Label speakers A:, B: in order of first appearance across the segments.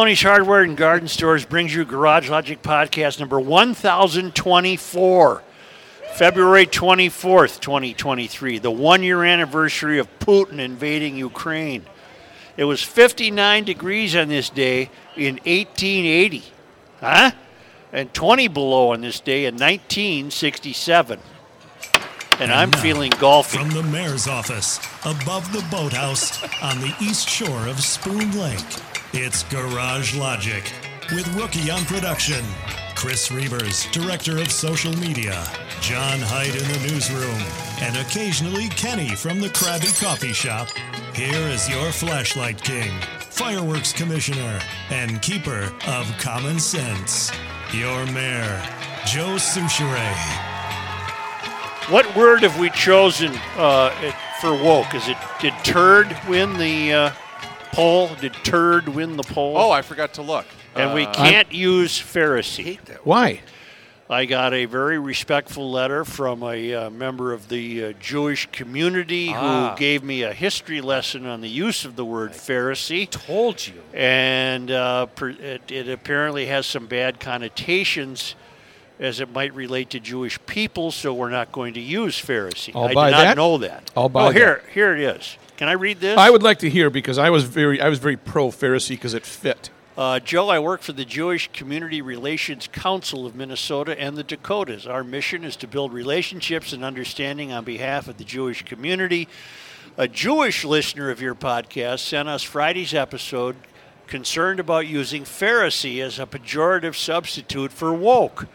A: Tony's Hardware and Garden Stores brings you Garage Logic Podcast number 1024, February 24th, 2023, the one year anniversary of Putin invading Ukraine. It was 59 degrees on this day in 1880, huh? And 20 below on this day in 1967. And I'm
B: now,
A: feeling golfy.
B: From the mayor's office, above the boathouse, on the east shore of Spoon Lake, it's Garage Logic with Rookie on production, Chris Reavers, director of social media, John Hyde in the newsroom, and occasionally Kenny from the Krabby Coffee Shop. Here is your flashlight king, fireworks commissioner, and keeper of common sense, your mayor, Joe Souchere.
A: What word have we chosen uh, it- for woke? Is it did turd win the uh, poll? Did turd win the poll?
C: Oh, I forgot to look.
A: and we
C: Uh,
A: can't use Pharisee.
D: Why?
A: I got a very respectful letter from a uh, member of the uh, Jewish community
C: Ah.
A: who gave me a history lesson on the use of the word Pharisee,
E: told you.
A: and uh, per, it, it apparently has some bad connotations. As it might relate to Jewish people, so we're not going to use Pharisee.
D: I'll
A: I
D: buy
A: did not
D: that.
A: know that.
D: I'll buy
A: oh,
D: that.
A: here, here it is. Can I read this?
D: I would like to hear because I was very I was very pro Pharisee because it fit.
A: Uh, Joe, I work for the Jewish Community Relations Council of Minnesota and the Dakotas. Our mission is to build relationships and understanding on behalf of the Jewish community. A Jewish listener of your podcast sent us Friday's episode concerned about using Pharisee as a pejorative substitute for woke.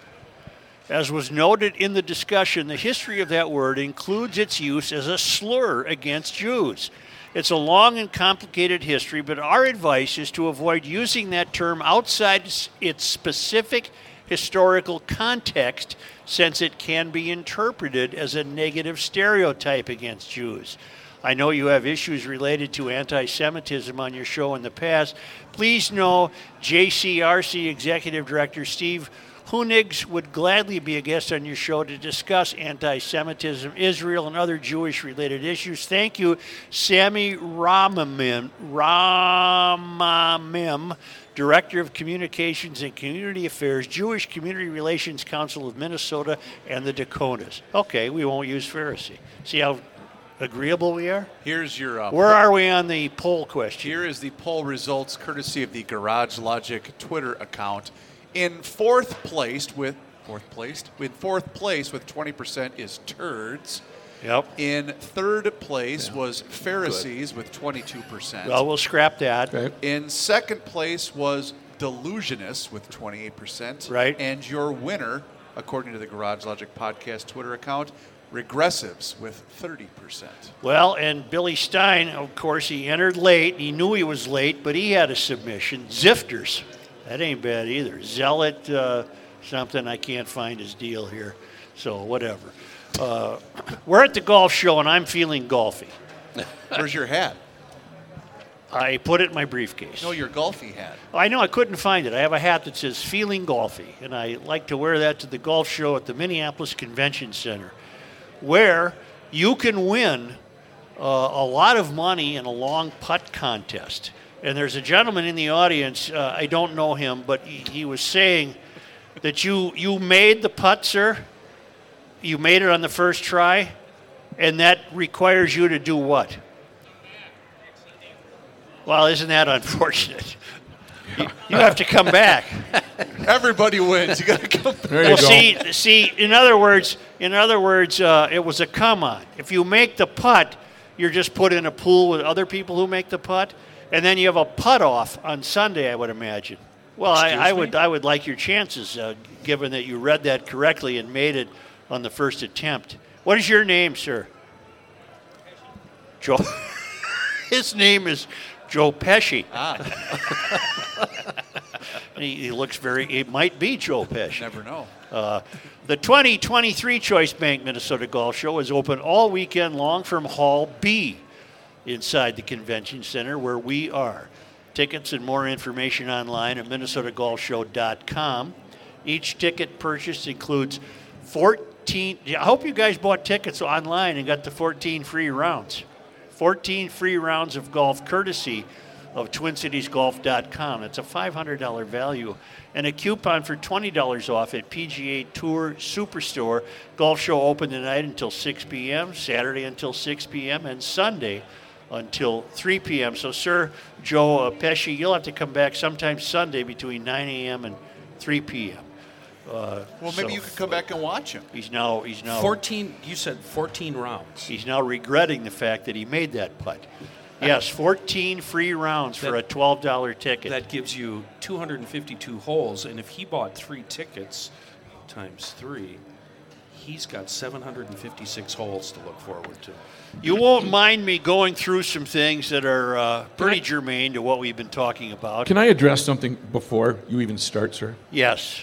A: As was noted in the discussion, the history of that word includes its use as a slur against Jews. It's a long and complicated history, but our advice is to avoid using that term outside s- its specific historical context since it can be interpreted as a negative stereotype against Jews. I know you have issues related to anti Semitism on your show in the past. Please know JCRC Executive Director Steve Hunigs would gladly be a guest on your show to discuss anti Semitism, Israel, and other Jewish related issues. Thank you, Sammy Ramamim, Ramamim, Director of Communications and Community Affairs, Jewish Community Relations Council of Minnesota and the Dakotas. Okay, we won't use Pharisee. See how agreeable we are?
C: Here's your. Uh,
A: Where are we on the poll question?
C: Here is the poll results, courtesy of the Garage Logic Twitter account. In fourth place with fourth placed with fourth place with 20% is turds.
A: Yep.
C: In third place was Pharisees with 22%.
A: Well, we'll scrap that.
D: Okay.
C: In second place was Delusionists with 28%.
A: Right.
C: And your winner, according to the Garage Logic Podcast Twitter account, Regressives with 30%.
A: Well, and Billy Stein, of course, he entered late. He knew he was late, but he had a submission. Zifters. That ain't bad either. Zealot, uh, something I can't find his deal here. So, whatever. Uh, we're at the golf show, and I'm feeling golfy.
C: Where's your hat?
A: I put it in my briefcase.
C: No, your golfy hat.
A: Oh, I know I couldn't find it. I have a hat that says "Feeling Golfy," and I like to wear that to the golf show at the Minneapolis Convention Center, where you can win uh, a lot of money in a long putt contest. And there's a gentleman in the audience. Uh, I don't know him, but he, he was saying that you you made the putt, sir. You made it on the first try, and that requires you to do what? Well, isn't that unfortunate? You have to come back.
C: Everybody wins. You got to come back.
D: There you
A: well,
D: go.
A: see, see. In other words, in other words, uh, it was a come on. If you make the putt, you're just put in a pool with other people who make the putt, and then you have a putt off on Sunday. I would imagine. Well, I, I would, I would like your chances, uh, given that you read that correctly and made it on the first attempt. What is your name, sir? Joe. His name is Joe Pesci. Ah. he, he looks very. It might be Joe Pesci.
C: Never know.
A: Uh, the 2023 Choice Bank Minnesota Golf Show is open all weekend long from Hall B inside the convention center where we are. Tickets and more information online at minnesotagolfshow.com. Each ticket purchased includes 14. I hope you guys bought tickets online and got the 14 free rounds. 14 free rounds of golf courtesy of TwinCitiesGolf.com. It's a $500 value and a coupon for $20 off at PGA Tour Superstore. Golf show open tonight until 6 p.m., Saturday until 6 p.m., and Sunday until 3 p.m. So, Sir Joe uh, Pesci, you'll have to come back sometime Sunday between 9 a.m. and 3 p.m.
C: Well, maybe
A: So-
C: you could come back and watch him.
A: He's now he's now
E: 14, you said 14 rounds.
A: he's now regretting the fact that he made that putt. Yes, 14 free rounds for a
E: That-
A: $12 ticket.
E: That gives you 252 holes, and if he bought three tickets times three, he's got 756 holes to look forward to.
A: You won't mind me going through some things that are uh, pretty
E: I-
A: germane to what we've been talking about.
D: Can I address something before you even start, sir?
A: yes.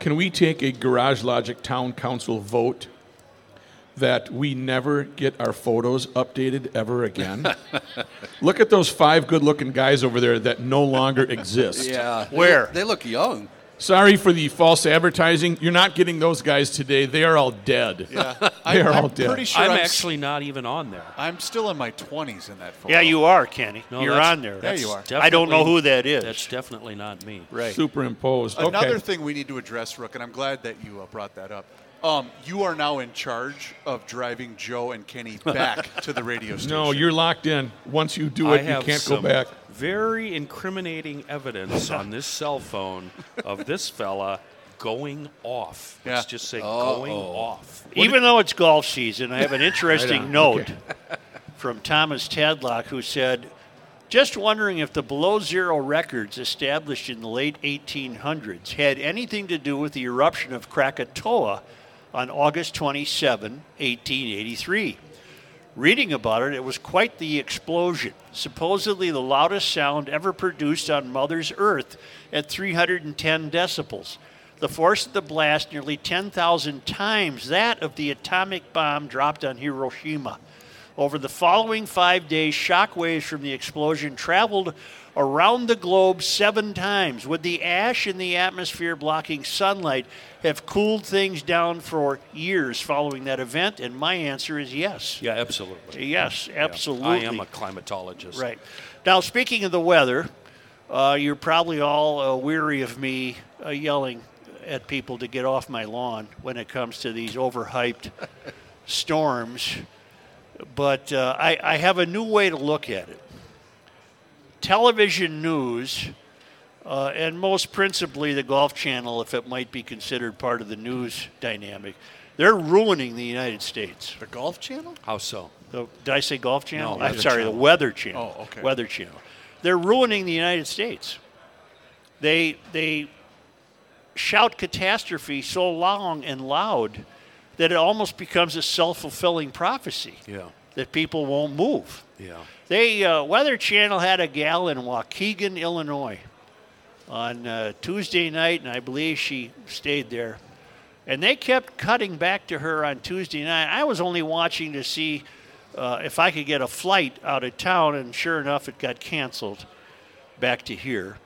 D: Can we take a Garage Logic Town Council vote that we never get our photos updated ever again? Look at those five good looking guys over there that no longer exist.
C: Yeah. They
A: Where?
C: look- They look young.
D: Sorry for the false advertising. You're not getting those guys today. They are all dead. Yeah. they
C: I'm
D: are all dead.
C: pretty sure I'm,
E: I'm
C: s-
E: actually not even on there.
C: I'm still in my 20s in that photo.
A: Yeah, you are, Kenny.
E: No,
A: You're
E: that's-
A: on there.
C: There you are.
E: that's
A: I don't know
E: definitely-
A: who that is.
E: That's definitely not me.
A: right.
D: Superimposed.
C: Another
D: okay.
C: thing we need to address, Rook, and I'm glad that you uh, brought that up. Um, you are now in charge of driving Joe and Kenny back to the radio station.
D: no, you're locked in. Once you do
E: I
D: it, you
E: have
D: can't go
E: some
D: back.
E: very incriminating evidence on this cell phone of this fella going off. Let's
C: Yeah.
E: just say going off.
A: Even though it's golf season, I have an interesting
D: on.
A: note from Thomas Tadlock who said, Just wondering if the below zero records established in the late 1800s had anything to do with the eruption of Krakatoa on August 27, 1883. Reading about it, it was quite the explosion, supposedly the loudest sound ever produced on Mother's Earth at 310 decibels. The force of the blast nearly 10,000 times that of the atomic bomb dropped on Hiroshima. Over the following five days, shock waves from the explosion traveled around the globe seven times. Would the ash in the atmosphere blocking sunlight have cooled things down for years following that event? And my answer is yes.
E: Yeah, absolutely.
A: Yes,
E: Yeah.
A: absolutely.
E: I am a climatologist.
A: right. Now, speaking of the weather, uh, you're probably all uh, weary of me uh, yelling at people to get off my lawn when it comes to these overhyped storms. But uh, I, I have a new way to look at it. Television news, uh, and most principally the Golf Channel, if it might be considered part of the news dynamic, they're ruining the United States.
C: The Golf Channel?
E: How so?
A: The, did I say Golf Channel?
E: No,
A: I'm
E: Weather
A: sorry, the
E: Channel.
A: Weather Channel.
C: Oh, okay.
A: Weather Channel. They're ruining the United States. They they shout catastrophe so long and loud that it almost becomes a self-fulfilling prophecy.
E: Yeah.
A: That people won't move.
E: Yeah.
A: They uh, Weather Channel had a gal in Waukegan, Illinois, on uh, Tuesday night, and I believe she stayed there. And they kept cutting back to her on Tuesday night. I was only watching to see uh, if I could get a flight out of town, and sure enough, it got canceled back to here.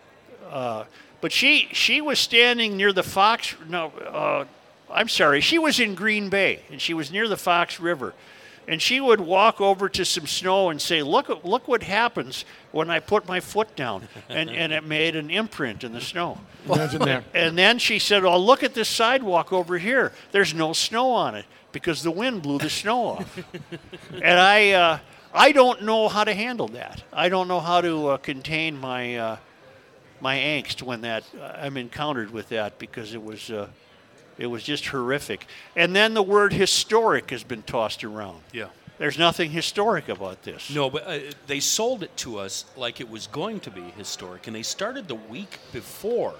A: Uh, but she she was standing near the Fox. No, uh, I'm sorry. She was in Green Bay, and she was near the Fox River, and she would walk over to some snow and say, "Look, at- look what happens when I put my foot down," and and it made an imprint in the snow.
D: Imagine that.
A: And then she said, "Oh, look at this sidewalk over here. There's no snow on it because the wind blew the snow off." and I, uh, I don't know how to handle that. I don't know how to uh, contain my, uh, my angst when that uh, I'm encountered with that because it was, uh, it was just horrific. And then the word historic has been tossed around.
E: Yeah.
A: There's nothing historic about this.
E: No, but uh, they sold it to us like it was going to be historic, and they started the week before.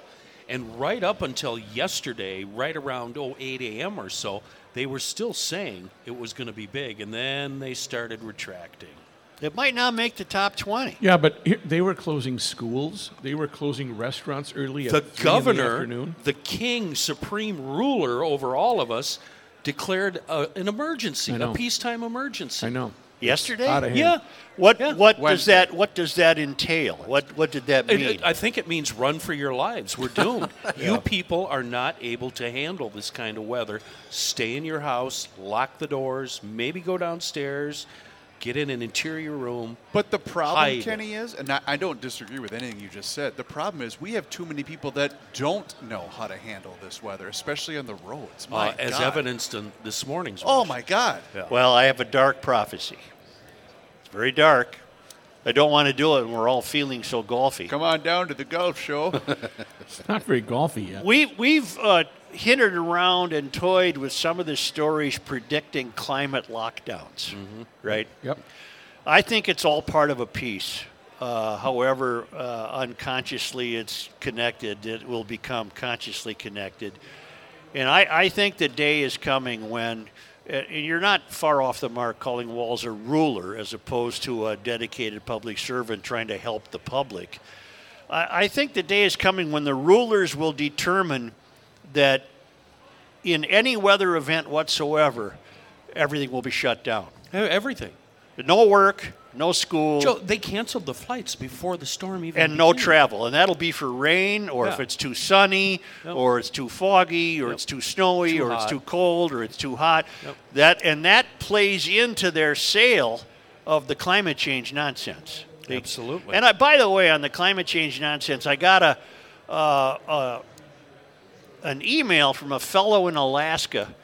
E: And right up until yesterday, right around oh eight a.m. or so, they were still saying it was going to be big, and then they started retracting.
A: It might not make the top 20.
D: Yeah, but here, they were closing schools. They were closing restaurants early at
E: The
D: three in the,
E: governor,
D: afternoon.
E: the king, supreme ruler over all of us, declared a, an emergency,
D: I know.
E: a peacetime emergency.
D: I know.
A: Yesterday?
D: Outta hand.
E: Yeah.
A: What
E: Yeah.
A: what does
C: Wednesday.
A: that what does that entail? What what did that
E: It-
A: mean?
E: it- I think it means run for your lives. We're doomed. You people are not able to handle this kind of weather. Stay in your house, lock the doors, maybe go downstairs, Get in an interior room.
C: But the problem,
E: Hide.
C: Kenny, is, and I, I don't disagree with anything you just said. The problem is we have too many people that don't know how to handle this weather, especially on the roads. My
E: uh, as
C: God.
E: evidenced in this morning's.
C: Oh
E: watch.
C: my God!
A: Well, I have a dark prophecy. It's very dark. I don't want to do it, and we're all feeling so golfy.
C: Come on down to the golf show.
D: It's not very golfy yet.
A: We we've uh, hinted around and toyed with some of the stories predicting climate lockdowns, right?
D: Yep.
A: I think it's all part of a piece. Uh, however, uh, unconsciously it's connected. It will become consciously connected. And I, I think the day is coming when, and you're not far off the mark calling Walls a ruler as opposed to a dedicated public servant trying to help the public. I, I think the day is coming when the rulers will determine that in any weather event whatsoever, everything will be shut down.
E: E- Everything.
A: No work, no school,
E: Joe, they canceled the flights before the storm even.
A: and no
E: began.
A: travel. And that'll be for rain, or if
E: Yeah.
A: it's too sunny,
E: Yep.
A: or it's too foggy, or it's too snowy,
E: Too
A: or it's
E: hot.
A: too cold, or it's too hot.
E: Yep.
A: That and that plays into their sale of the climate change nonsense. They-
E: Absolutely.
A: And I, by the way, on the climate change nonsense, I got a uh, uh, an email from a fellow in Alaska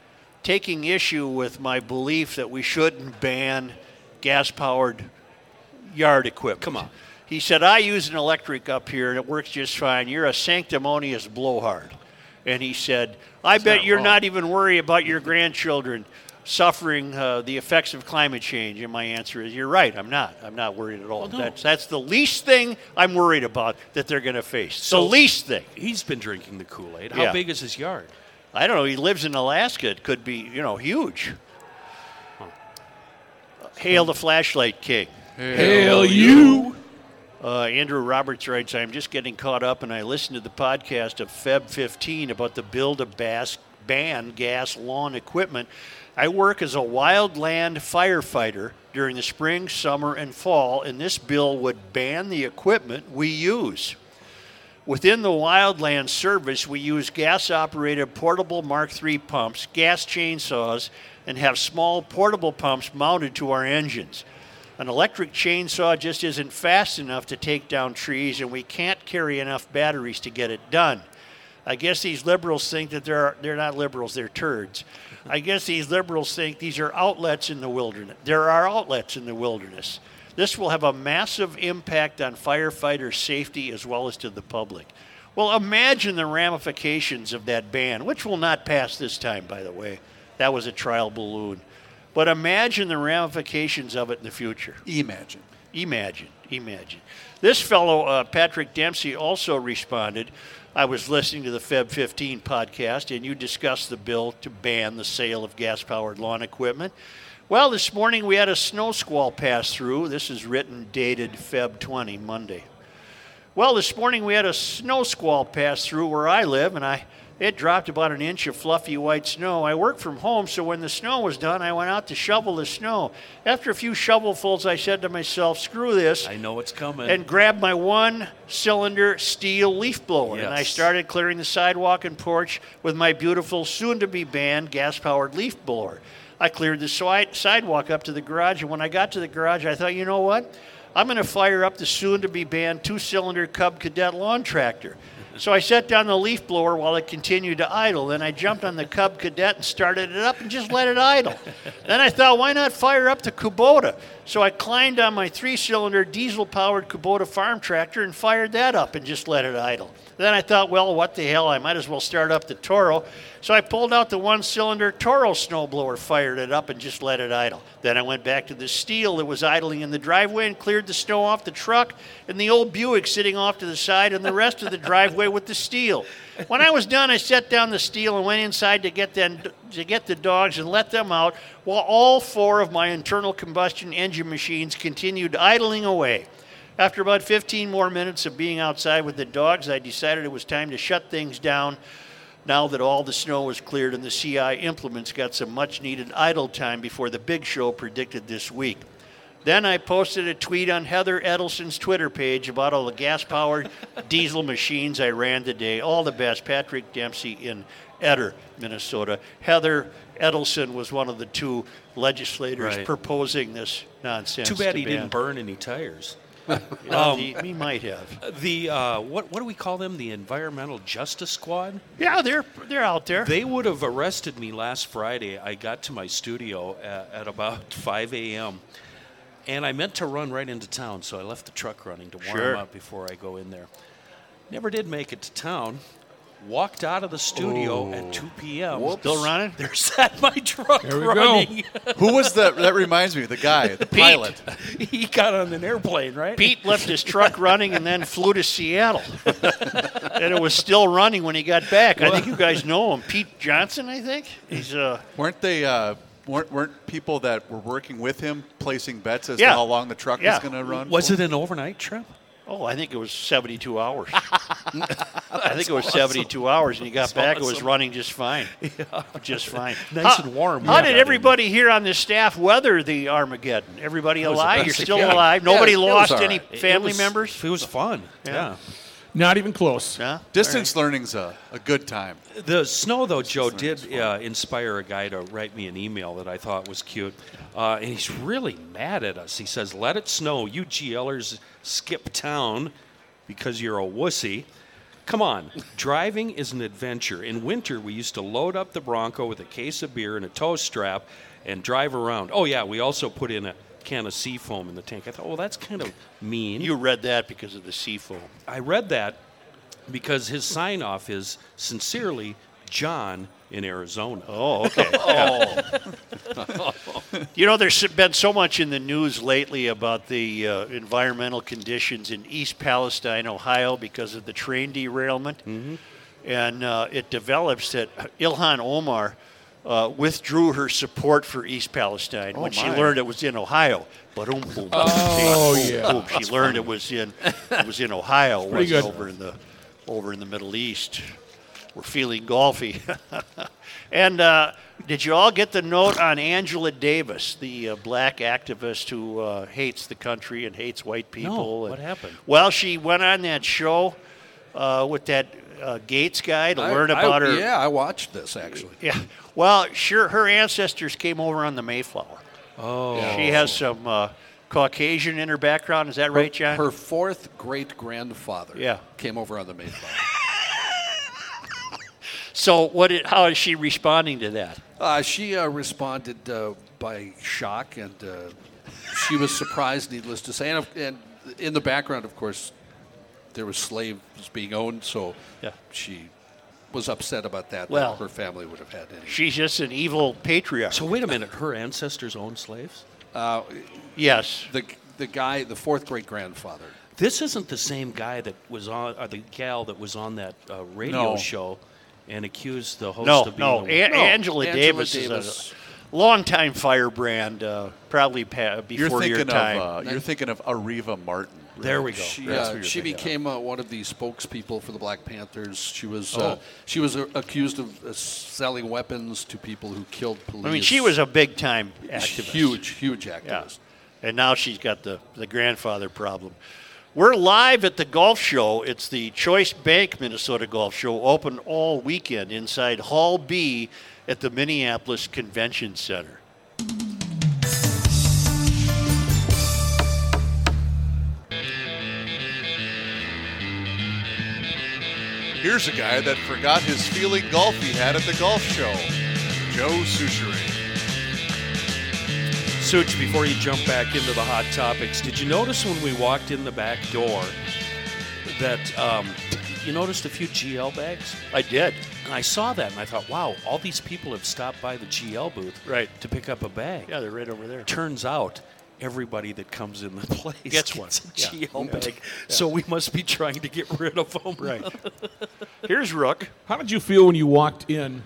A: taking issue with my belief that we shouldn't ban gas powered yard equipment.
E: Come on.
A: He said, I use an electric up here and it works just fine. You're a sanctimonious blowhard. And he said, I bet
C: not
A: you're
C: wrong.
A: not even worried about your grandchildren suffering uh, the effects of climate change. And my answer is, you're right. I'm not. I'm not worried at all.
E: Well, no.
A: That's, that's the least thing I'm worried about that they're going to face.
E: So-
A: the least thing.
E: He's been drinking the Kool Aid. How
A: Yeah.
E: big is his yard?
A: I don't know. He lives in Alaska. It could be, you know, huge. Hail the flashlight king.
D: Hail you!
A: Uh, Andrew Roberts writes, I'm just getting caught up, and I listened to the podcast of Feb 15 about the build a bas- ban gas lawn equipment. I work as a wildland firefighter during the spring, summer, and fall, and this bill would ban the equipment we use. Within the wildland service, we use gas operated portable Mark III pumps, gas chainsaws, and have small portable pumps mounted to our engines. An electric chainsaw just isn't fast enough to take down trees, and we can't carry enough batteries to get it done. I guess these liberals think that they're, they're not liberals, they're turds. I guess these liberals think these are outlets in the wilderness. There are outlets in the wilderness. This will have a massive impact on firefighter safety as well as to the public. Well, imagine the ramifications of that ban, which will not pass this time, by the way. That was a trial balloon. But imagine the ramifications of it in the future.
C: Imagine.
A: Imagine, imagine. This fellow, uh, Patrick Dempsey, also responded. I was listening to the Feb 15 podcast, and you discussed the bill to ban the sale of gas powered lawn equipment. Well, this morning we had a snow squall pass through. This is written, dated Feb 20, Monday. Well, this morning we had a snow squall pass through where I live, and I it dropped about an inch of fluffy white snow. I work from home, so when the snow was done, I went out to shovel the snow. After a few shovelfuls, I said to myself, "Screw this."
E: I know it's coming.
A: and grabbed my one cylinder steel leaf blower. And I
E: Yes.
A: started clearing the sidewalk and porch with my beautiful, soon to be banned gas powered leaf blower. I cleared the swi- sidewalk up to the garage, and when I got to the garage, I thought, you know what? I'm going to fire up the soon to be banned two cylinder Cub Cadet lawn tractor. So I set down the leaf blower while it continued to idle. Then I jumped on the Cub Cadet and started it up and just let it idle. Then I thought, why not fire up the Kubota? So I climbed on my three cylinder diesel powered Kubota farm tractor and fired that up and just let it idle. Then I thought, well, what the hell? I might as well start up the Toro. So I pulled out the one cylinder Toro snowblower, fired it up, and just let it idle. Then I went back to the steel that was idling in the driveway and cleared the snow off the truck and the old Buick sitting off to the side and the rest of the driveway with the steel. When I was done, I set down the steel and went inside to get, them, to get the dogs and let them out while all four of my internal combustion engine machines continued idling away. After about 15 more minutes of being outside with the dogs, I decided it was time to shut things down. Now that all the snow was cleared and the CI implements got some much needed idle time before the big show predicted this week. Then I posted a tweet on Heather Edelson's Twitter page about all the gas powered diesel machines I ran today. All the best. Patrick Dempsey in Eder, Minnesota. Heather Edelson was one of the two legislators
E: Right.
A: proposing this nonsense.
E: Too bad
A: to
E: he didn't
A: ban-
E: burn any tires.
A: Well, he, he might have.
E: The uh, what what do we call them? The Environmental Justice Squad.
A: Yeah, they're they're out there.
E: They would have arrested me last Friday. I got to my studio at, at about 5 a.m. And I meant to run right into town, so I left the truck running to warm
A: Sure.
E: up before I go in there. Never did make it to town. Walked out of the studio at 2 p.m.
A: Oh. Still running?
E: There sat my truck
D: There we go.
E: running.
C: Who was that? That reminds me, the guy, the pilot.
E: he got on an airplane, right?
A: Pete left his truck running and then flew to Seattle. and it was still running when he got back. I think you guys know him. Pete Johnson, I think. He's uh
C: Weren't they? Uh, weren't, weren't people that were working with him placing bets as
A: Yeah.
C: to how long the truck
A: Yeah.
C: was going to run?
E: Was it an overnight trip?
A: oh, I think it was 72 hours. I think it was 72 hours and he got back it was
E: awesome.
A: running just fine. Just fine.
E: Nice
A: How-
E: and warm.
A: How
E: Yeah.
A: did everybody here on the staff weather the Armageddon? Everybody
E: was the
A: alive?
E: best
A: You're
E: it
A: still
E: could.
A: alive.
C: Yeah,
A: Nobody
C: it was
A: lost
C: all
A: any
C: right.
A: family
E: It was-
A: members?
E: It was fun. yeah.
D: Not even close.
A: No?
C: Distance learning's a, a good time.
E: The snow, though, Joe, did uh, inspire a guy to write me an email that I thought was cute. Uh, and he's really mad at us. He says, Let it snow. You GLers skip town because you're a wussy. Come on, driving is an adventure. In winter, we used to load up the Bronco with a case of beer and a tow strap and drive around. Oh, yeah, we also put in a can of seafoam in the tank. I thought, well, that's kind of mean.
A: You read that because of the seafoam.
E: I read that because his sign off is sincerely John in Arizona.
A: Oh, okay.
D: Oh.
A: you know, there's been so much in the news lately about the uh, environmental conditions in East Palestine, Ohio, because of the train derailment.
D: Mm-hmm.
A: And uh, it develops that Ilhan Omar uh, withdrew her support for East Palestine when she
C: my.
A: learned it was in Ohio. But boom, boom,
D: Oh,
A: boom,
D: yeah.
A: boom. She learned it was in it was in Ohio, it
D: pretty
A: wasn't
D: good.
A: over in the over in the Middle East. We're feeling golfy. and uh, did you all get the note on Angela Davis, the uh, black activist who uh, hates the country and hates white people?
E: what
A: And-
E: happened?
A: Well, she went on that show uh, with that uh, Gates guy to learn about her.
F: Yeah, I watched this actually.
A: Yeah. Well, sure, her ancestors came over on the Mayflower. Oh. She has some uh, Caucasian in her background. Is that right, John?
F: Her fourth great grandfather
A: Yeah.
F: came over on the Mayflower.
A: So, what? It, how is she responding to that?
F: uh, she uh, responded uh, by shock, and uh, she was surprised, needless to say. And, of- and in the background, of course, there was slaves being owned, so
A: Yeah.
F: she was upset about that. that
A: Well-
F: her family would have had any.
A: She's just an evil patriarch.
E: So wait a minute, her ancestors owned slaves?
A: yes.
F: the the guy, the fourth great grandfather.
E: This isn't the same guy that was on, or the gal that was on that uh, radio
C: No.
E: show and accused the host
A: No,
E: of being
A: no.
E: a-
A: An-
F: No,
A: Angela,
F: Angela
A: Davis, is
F: Davis.
A: a longtime firebrand, uh, probably pa-
C: You're
A: before your
C: thinking
A: time.
C: of uh, you're thinking of Ariva Martin.
E: There we go.
F: She,
C: That's what
F: uh,
C: you're
F: she
C: thinking of.
F: became uh, one of the spokespeople for the Black Panthers. She was
C: Oh.
F: uh, she was uh, accused of uh, selling weapons to people who killed police.
A: I mean, she was a big time activist.
F: huge, huge activist.
A: Yeah. And now she's got the, the grandfather problem. We're live at the golf show. It's the Choice Bank Minnesota Golf Show, open all weekend inside Hall B at the Minneapolis Convention Center.
C: Here's a guy that forgot his feeling golf he had at the golf show. Joe Suchery.
E: Such, before you jump back into the hot topics, did you notice when we walked in the back door that um, you noticed a few GL bags?
A: I did.
E: And I saw that and I thought, wow, all these people have stopped by the GL booth
A: Right.
E: to pick up a bag.
A: Yeah, they're right over there.
E: Turns out everybody that comes in the place
A: Gets one.
E: a GL bag. So we must be trying to get rid of them.
A: Right. Here's Rook.
D: How did you feel when you walked in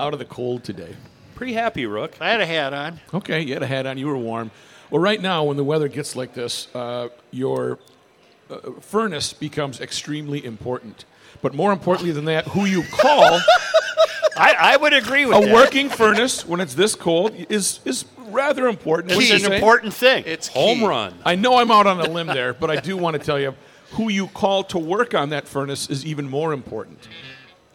D: out of the cold today?
E: Pretty happy, Rook.
A: I had a hat on.
D: Okay, you had a hat on, you were warm. Well, right now, when the weather gets like this, uh, your uh, furnace becomes extremely important. But more importantly than that, who you call
A: I, I would agree with
D: a
A: that.
D: working furnace when it's this cold is is rather important.
A: It's
D: What'd you
A: an
D: say?
A: important thing.
C: It's
E: Home
C: key.
E: run.
D: I know I'm out on a limb there, but I do want to tell you who you call to work on that furnace is even more important.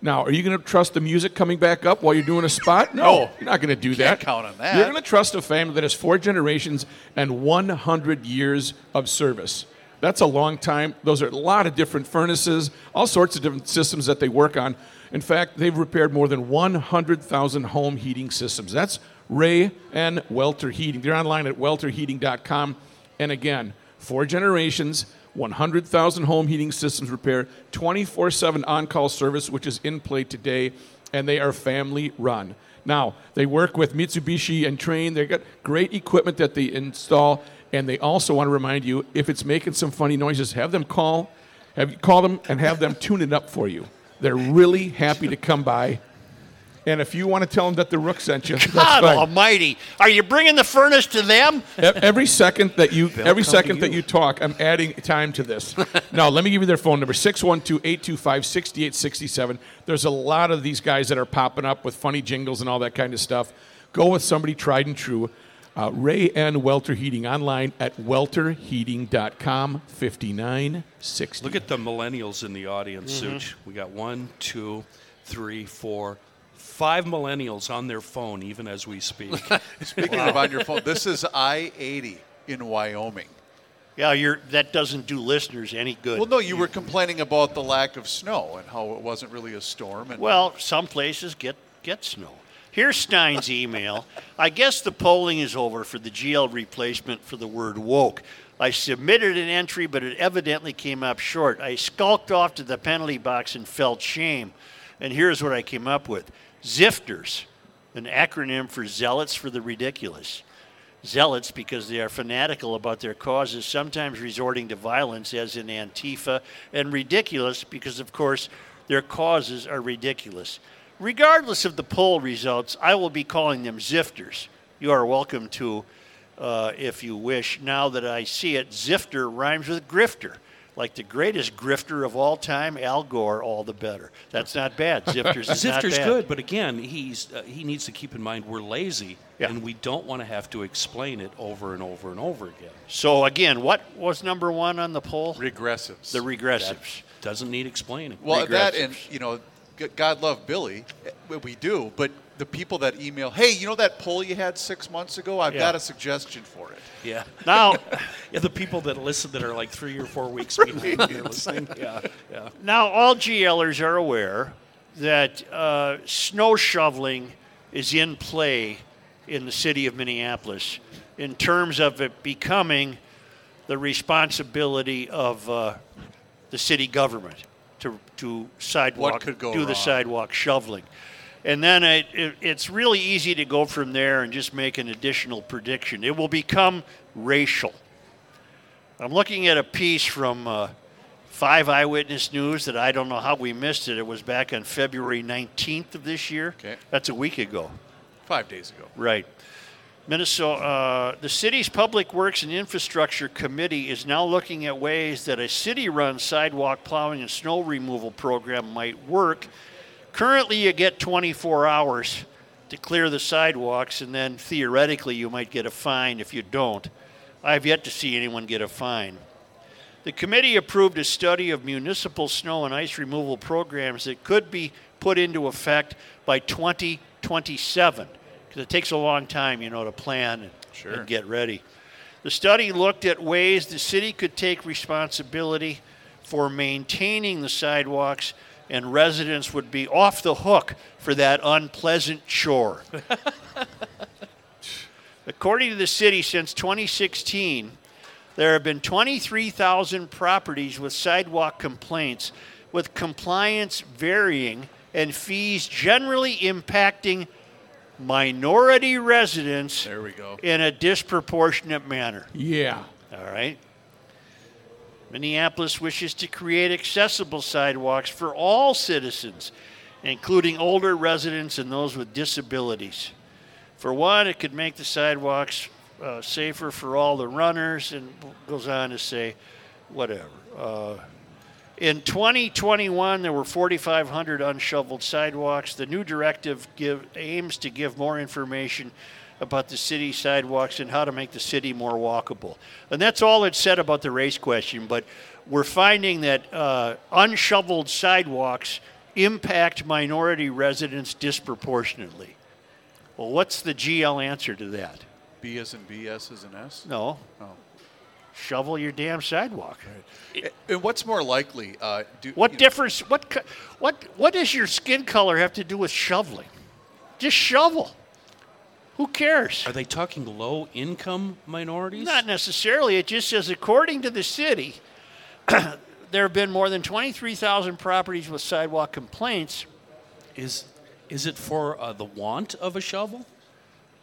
D: Now, are you going to trust the music coming back up while you're doing a spot? No,
C: No.
D: you're not going to do that.
C: Can't count on that.
D: You're going to trust a family that has four generations and 100 years of service. That's a long time. Those are a lot of different furnaces, all sorts of different systems that they work on. In fact, they've repaired more than 100,000 home heating systems. That's Ray and Welter Heating. They're online at welterheating.com. And again, four generations, 100,000 home heating systems repair, 24 7 on call service, which is in play today, and they are family run. Now, they work with Mitsubishi and Train. They've got great equipment that they install, and they also want to remind you if it's making some funny noises, have them call, have, call them and have them tune it up for you. They're really happy to come by. And if you want to tell them that the Rook sent you, that's
A: God
D: fine.
A: Almighty! Are you bringing the furnace to them?
D: E- every second that you every
E: come to
D: second that
E: you.
D: you talk i'm adding time to this now let me give you their phone number 612-825-6867 there's a lot of these guys that are popping up with funny jingles and all that kind of stuff go with somebody tried and true uh, ray and welter heating online at welterheating.com 5960
E: Look at the millennials in the audience,
A: Mm-hmm.
E: Such. We got one, two, three, four, five millennials on their phone even as we speak.
C: Speaking of on your phone, this is I 80 in Wyoming.
A: Yeah, you're. That doesn't do listeners any good.
C: Well, no, you were complaining about the lack of snow and how it wasn't really a storm. And
A: Well, some places get, get snow. Here's Stein's email. I guess the polling is over for the GL replacement for the word woke. I submitted an entry, but it evidently came up short. I skulked off to the penalty box and felt shame. And here's what I came up with Zifters, an acronym for Zealots for the Ridiculous zealots because they are fanatical about their causes, sometimes resorting to violence, as in Antifa, and ridiculous because, of course, their causes are ridiculous. Regardless of the poll results, I will be calling them zifters. You are welcome to, uh, if you wish. Now that I see it, zifter rhymes with grifter. Like the greatest grifter of all time, Al Gore, all the better. That's not bad. Zifters is not
E: Zifter's
A: bad.
E: good, but again, he's uh, he needs to keep in mind we're lazy
A: Yeah.
E: and we don't want to have to explain it over and over and over again.
A: So, again, what was number one on the poll?
C: regressives.
A: the regressives.
E: Doesn't need explaining.
C: well, that
A: regressives.
C: and, you know, g- God love Billy. eh, we- We do. But the people that email, hey, you know that poll you had six months ago? I've
A: Yeah.
C: got a suggestion for it.
E: yeah.
A: Now,
E: Yeah, the people that listen that are like three or four weeks behind when they're listening. Yeah, yeah.
A: now all GLers are aware that uh, snow shoveling is in play in the city of Minneapolis in terms of it becoming the responsibility of uh, the city government to to sidewalk
C: could go
A: do the
C: wrong?
A: sidewalk shoveling. And then it, it, it's really easy to go from there and just make an additional prediction. It will become racial. I'm looking at a piece from uh, Five Eyewitness News that I don't know how we missed it. It was back on February 19th of this year.
C: Okay.
A: That's a week ago.
C: Five days ago.
A: Right. Minnesota, uh, the city's Public Works and Infrastructure Committee is now looking at ways that a city run sidewalk plowing and snow removal program might work. Currently, you get 24 hours to clear the sidewalks, and then theoretically, you might get a fine if you don't. I've yet to see anyone get a fine. The committee approved a study of municipal snow and ice removal programs that could be put into effect by 2027, because it takes a long time, you know, to plan and, and get ready. The study looked at ways the city could take responsibility for maintaining the sidewalks, and residents would be off the hook for that unpleasant chore. According to the city, since 2016, there have been 23,000 properties with sidewalk complaints, with compliance varying and fees generally impacting minority residents
C: There we go.
A: in a disproportionate manner.
D: yeah
A: All right. Minneapolis wishes to create accessible sidewalks for all citizens, including older residents and those with disabilities. For one, it could make the sidewalks uh, safer for all the runners, and goes on to say, whatever. Uh, in 2021, there were 4,500 unshoveled sidewalks. The new directive give, aims to give more information about the city sidewalks and how to make the city more walkable. And that's all it said about the race question, but we're finding that uh, unshoveled sidewalks impact minority residents disproportionately. Well, what's the GL answer to that?
C: B as in B, S as in S.
A: No. Shovel your damn sidewalk.
C: And what's more likely? Uh, do,
A: What
C: you know,
A: difference? What co- what what does your skin color have to do with shoveling? Just shovel. Who cares?
E: Are they talking low income minorities?
A: Not necessarily. It just says according to the city, there have been more than twenty three thousand properties with sidewalk complaints,
E: is is it for uh, the want of a shovel?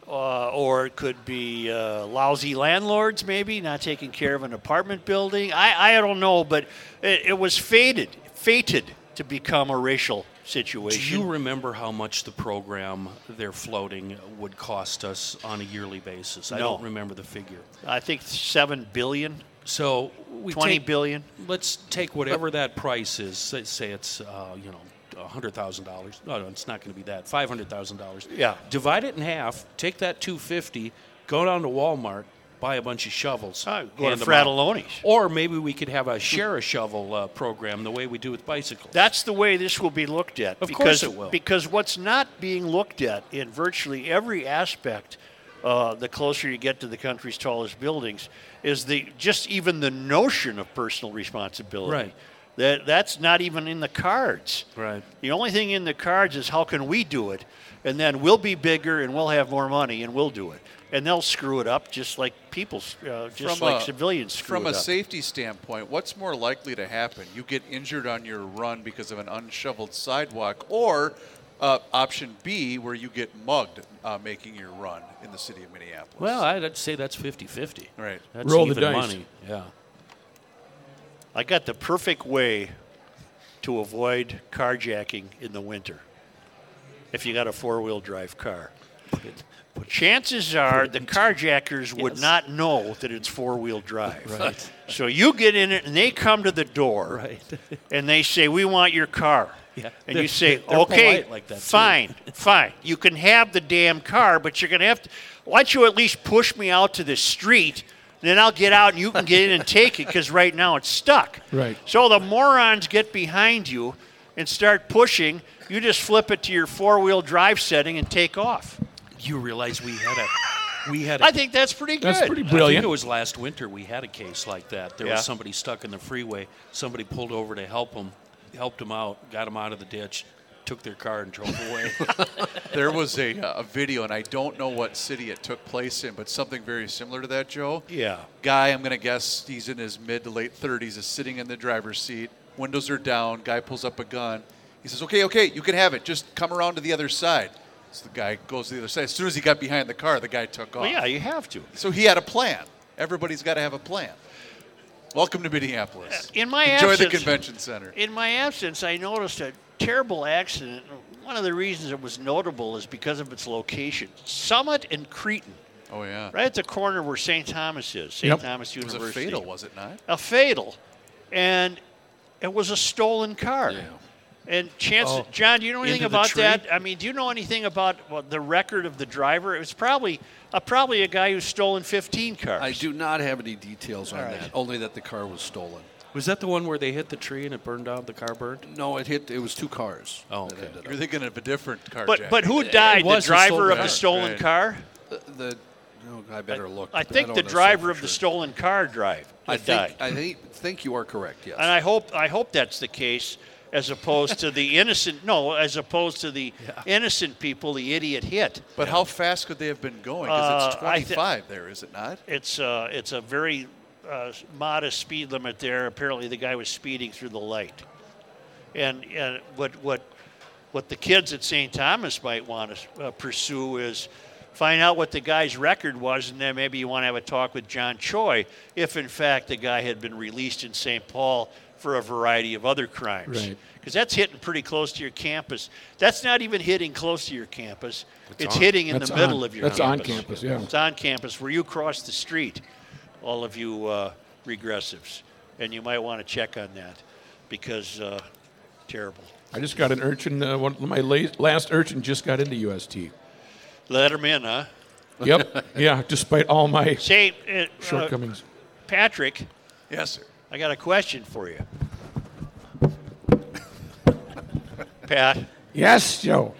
A: uh, or it could be uh, lousy landlords, maybe not taking care of an apartment building. I I don't know, but it, it was fated fated to become a racial
E: Do
A: situation.
E: you remember how much the program they're floating would cost us on a yearly basis? I
A: No.
E: don't remember the figure.
A: I think seven billion.
E: So we
A: Twenty
E: take-
A: billion.
E: Let's take whatever that price is. Say, say it's uh, you know hundred thousand dollars. No, no, it's not going to be that. Five hundred thousand dollars.
A: Yeah.
E: Divide it in half. Take that two fifty. Go down to Walmart. Buy a bunch of shovels.
A: Oh, go
E: hand
A: to
E: them out.
A: Fratelloni's.
E: Or maybe we could have a share a shovel uh, program the way we do with bicycles.
A: That's the way this will be looked at.
E: Of
A: because,
E: course it will.
A: Because what's not being looked at in virtually every aspect, uh, the closer you get to the country's tallest buildings, is the just even the notion of personal responsibility.
E: Right.
A: That that's not even in the cards.
E: Right.
A: The only thing in the cards is how can we do it, and then we'll be bigger and we'll have more money and we'll do it, and they'll screw it up just like people, s- uh, just like civilians screw
C: From
A: it
C: a
A: up.
C: safety standpoint, what's more likely to happen? You get injured on your run because of an unshoveled sidewalk, or uh, option B, where you get mugged uh, making your run in the city of Minneapolis.
E: well, I'd say that's 50-50.
C: Right.
E: That's
D: Roll the
E: even
D: dice.
E: money. Yeah.
A: I got the perfect way to avoid carjacking in the winter if you got a four wheel drive car. But chances are the carjackers would
E: Yes.
A: not know that it's four wheel drive. Right. So you get in it and they come to the door and they say, We want your car.
E: Yeah.
A: And
E: They're-
A: you say,
E: they're
A: Okay,
E: polite like that, too."
A: fine, fine. You can have the damn car, but you're going to have to, why don't you at least push me out to the street? Then I'll get out and you can get in and take it because right now it's stuck.
D: Right.
A: So the morons get behind you and start pushing. You just flip it to your four wheel drive setting and take off.
E: You realize we had a we had a
A: I think that's pretty good.
D: That's pretty
E: I think
D: brilliant.
E: it was last winter we had a case like that. There
A: Yeah.
E: was somebody stuck in the freeway. Somebody pulled over to help him, helped him out, got him out of the ditch, took their car and drove away.
C: There was a, uh, a video, and I don't know what city it took place in, but something very similar to that, Joe.
A: Yeah.
C: Guy, I'm going to guess he's in his mid to late 30s, is sitting in the driver's seat. Windows are down. Guy pulls up a gun. He says, Okay, okay, you can have it. Just come around to the other side. So the guy goes to the other side. As soon as he got behind the car, the guy took off.
A: Well, yeah, you have to.
C: So he had a plan. Everybody's got to have a plan. Welcome to Minneapolis.
A: Uh, In my
C: Enjoy the
A: absence-
C: convention center.
A: In my absence, I noticed a terrible accident. One of the reasons it was notable is because of its location Summit and Cretan,
C: Oh, yeah.
A: right at the corner where St. Thomas is, St.
D: Yep.
A: Thomas
C: It was a
A: University.
C: fatal, was it not?
A: a fatal, and it was a stolen car. And chance,
E: Oh.
A: John, do you know
E: Into
A: anything
E: the
A: about
E: tree?
A: that? I mean, do you know anything about well, the record of the driver? It was probably uh, probably a guy who's stolen 15 cars.
F: I do not have any details on that, only that the car was stolen.
E: was that the one where they hit the tree and it burned out? The car burned.
F: No, it hit. It was two cars.
E: Oh,
F: that
E: okay.
F: ended up.
C: You're thinking of a different car.
A: But but who died? The
E: was a
A: driver
E: stolen
A: of the
E: car.
A: stolen
C: Right.
A: car?
F: The, the- no, I better look.
A: I think
F: don't
A: the
F: know
A: driver
F: for
A: of the
F: sure.
A: stolen car drive
F: I
A: that died.
F: think, I think, think you are correct. Yes.
A: and I hope I hope that's the case, as opposed to the innocent. No, as opposed to the innocent people the idiot hit.
C: But how fast could they have been going? Because it's
A: Uh, I thi-
C: 25 there, is it not?
A: it's uh, it's a very uh, modest speed limit there. Apparently, the guy was speeding through the light, and and what what what the kids at St. Thomas might want to uh, pursue is find out what the guy's record was, and then maybe you want to have a talk with John Choi if, in fact, the guy had been released in St. Paul for a variety of other crimes.
D: Right.
A: Because that's hitting pretty close to your campus. That's not even hitting close to your campus. It's,
E: on.
A: hitting in
D: That's
A: the middle
D: on.
A: of your
D: That's on
A: campus.
D: campus, yeah.
A: It's on campus where you cross the street, all of you uh, regressives. And you might want to check on that because uh, terrible.
D: I just got an urchin. Uh, one, my la- last urchin just got into UST.
A: Let him in, huh?
D: Yep. yeah. Despite all my
A: Say, uh, uh,
D: shortcomings.
A: Patrick,
C: Yes, sir.
A: I got a question for you. Pat,
D: Yes, Joe.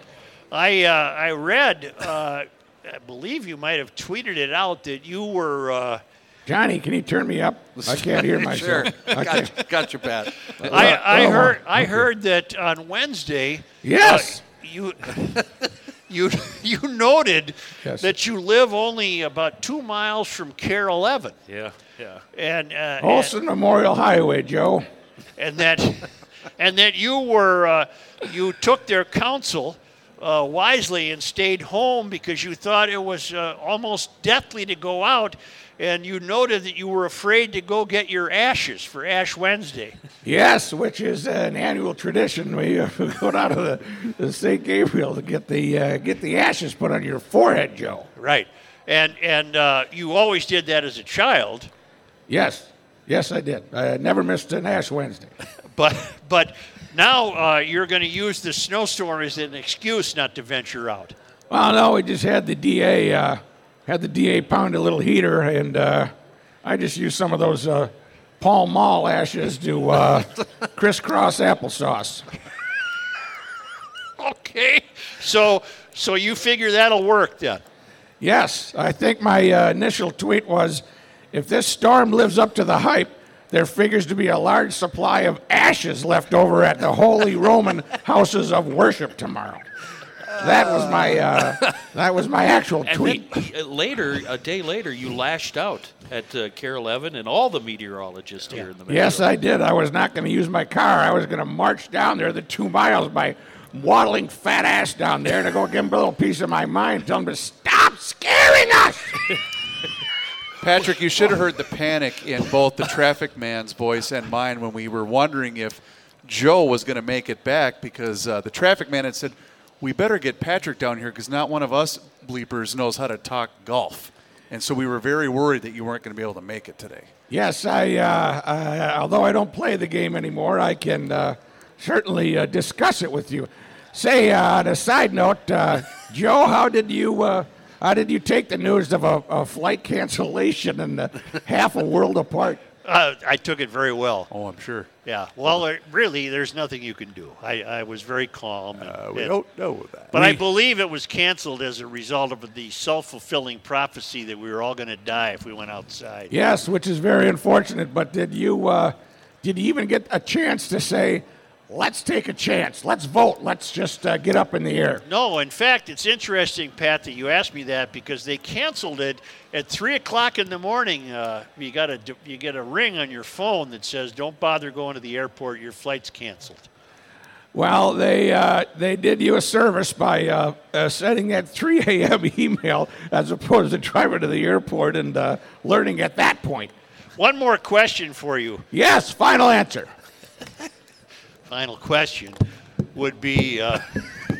A: I uh, I read, uh, I believe you might have tweeted it out that you were. Uh,
D: Johnny, can you turn me up? I can't hear myself.
F: Sure.
D: I can't.
F: Got, got your bat.
A: I, I
D: oh,
A: heard I
D: okay.
A: heard that on Wednesday.
D: Yes.
A: uh, you you you noted
D: Yes.
A: that you live only about two miles from Care 11,
E: Yeah, yeah.
A: and uh, and,
D: Olson Memorial Highway, Joe.
A: and that and that you were uh, you took their counsel. Uh, wisely and stayed home because you thought it was uh, almost deathly to go out, and you noted that you were afraid to go get your ashes for Ash Wednesday.
D: Yes, which is an annual tradition. We uh, go down to the, the St. Gabriel to get the uh, get the ashes put on your forehead, Joe.
A: Right. And and uh, you always did that as a child,
D: Yes, yes, I did. I never missed an Ash Wednesday.
A: but but now uh, you're going to use the snowstorm as an excuse not to venture out.
D: Well, no, we just had the DA uh, had the DA pound a little heater, and uh, I just used some of those uh, Pall Mall ashes to uh, crisscross applesauce.
A: Okay. So so you figure that'll work then.
D: Yes, I think my uh, initial tweet was if this storm lives up to the hype, there figures to be a large supply of ashes left over at the Holy Roman houses of worship tomorrow. That was my uh, that was my actual
E: And
D: tweet.
E: then uh, later, a day later, you lashed out at uh, Care 11 and all the meteorologists here in the metro.
D: Yes, I did. I was not going to use my car. I was going to march down there the two miles by waddling fat ass down there to go give him a little piece of my mind. Tell him to stop scaring us.
C: Patrick, you should have heard the panic in both the traffic man's voice and mine when we were wondering if Joe was going to make it back because uh, the traffic man had said, "We better get Patrick down here because not one of us bleepers knows how to talk golf," and so we were very worried that you weren't going to be able to make it today.
D: Yes, I. Uh, uh, although I don't play the game anymore, I can uh, certainly uh, discuss it with you. Say, uh, on a side note, uh, Joe, how did you uh, how did you take the news of a, a flight cancellation and uh, half a world apart?
A: Uh, I took it very well.
C: Oh, I'm sure.
A: Yeah. Well, there- really, there's nothing you can do. I, I was very calm. and- and-
C: Uh, know that.
A: but I believe it was canceled as a result of the self-fulfilling prophecy that we were all going to die if we went outside.
D: Yes, which is very unfortunate. But did you uh, did you even get a chance to say, let's take a chance, let's vote, let's just uh, get up in the air?
A: No, in fact, it's interesting, Pat, that you asked me that because they canceled it at three o'clock in the morning. Uh, you got a you get a ring on your phone that says, "Don't bother going to the airport. Your flight's canceled."
D: Well, they uh, they did you a service by uh, uh, sending that 3 a.m. email as opposed to driving to the airport and uh, learning at that point.
A: One more question for you.
D: Yes, final answer.
A: Final question would be uh,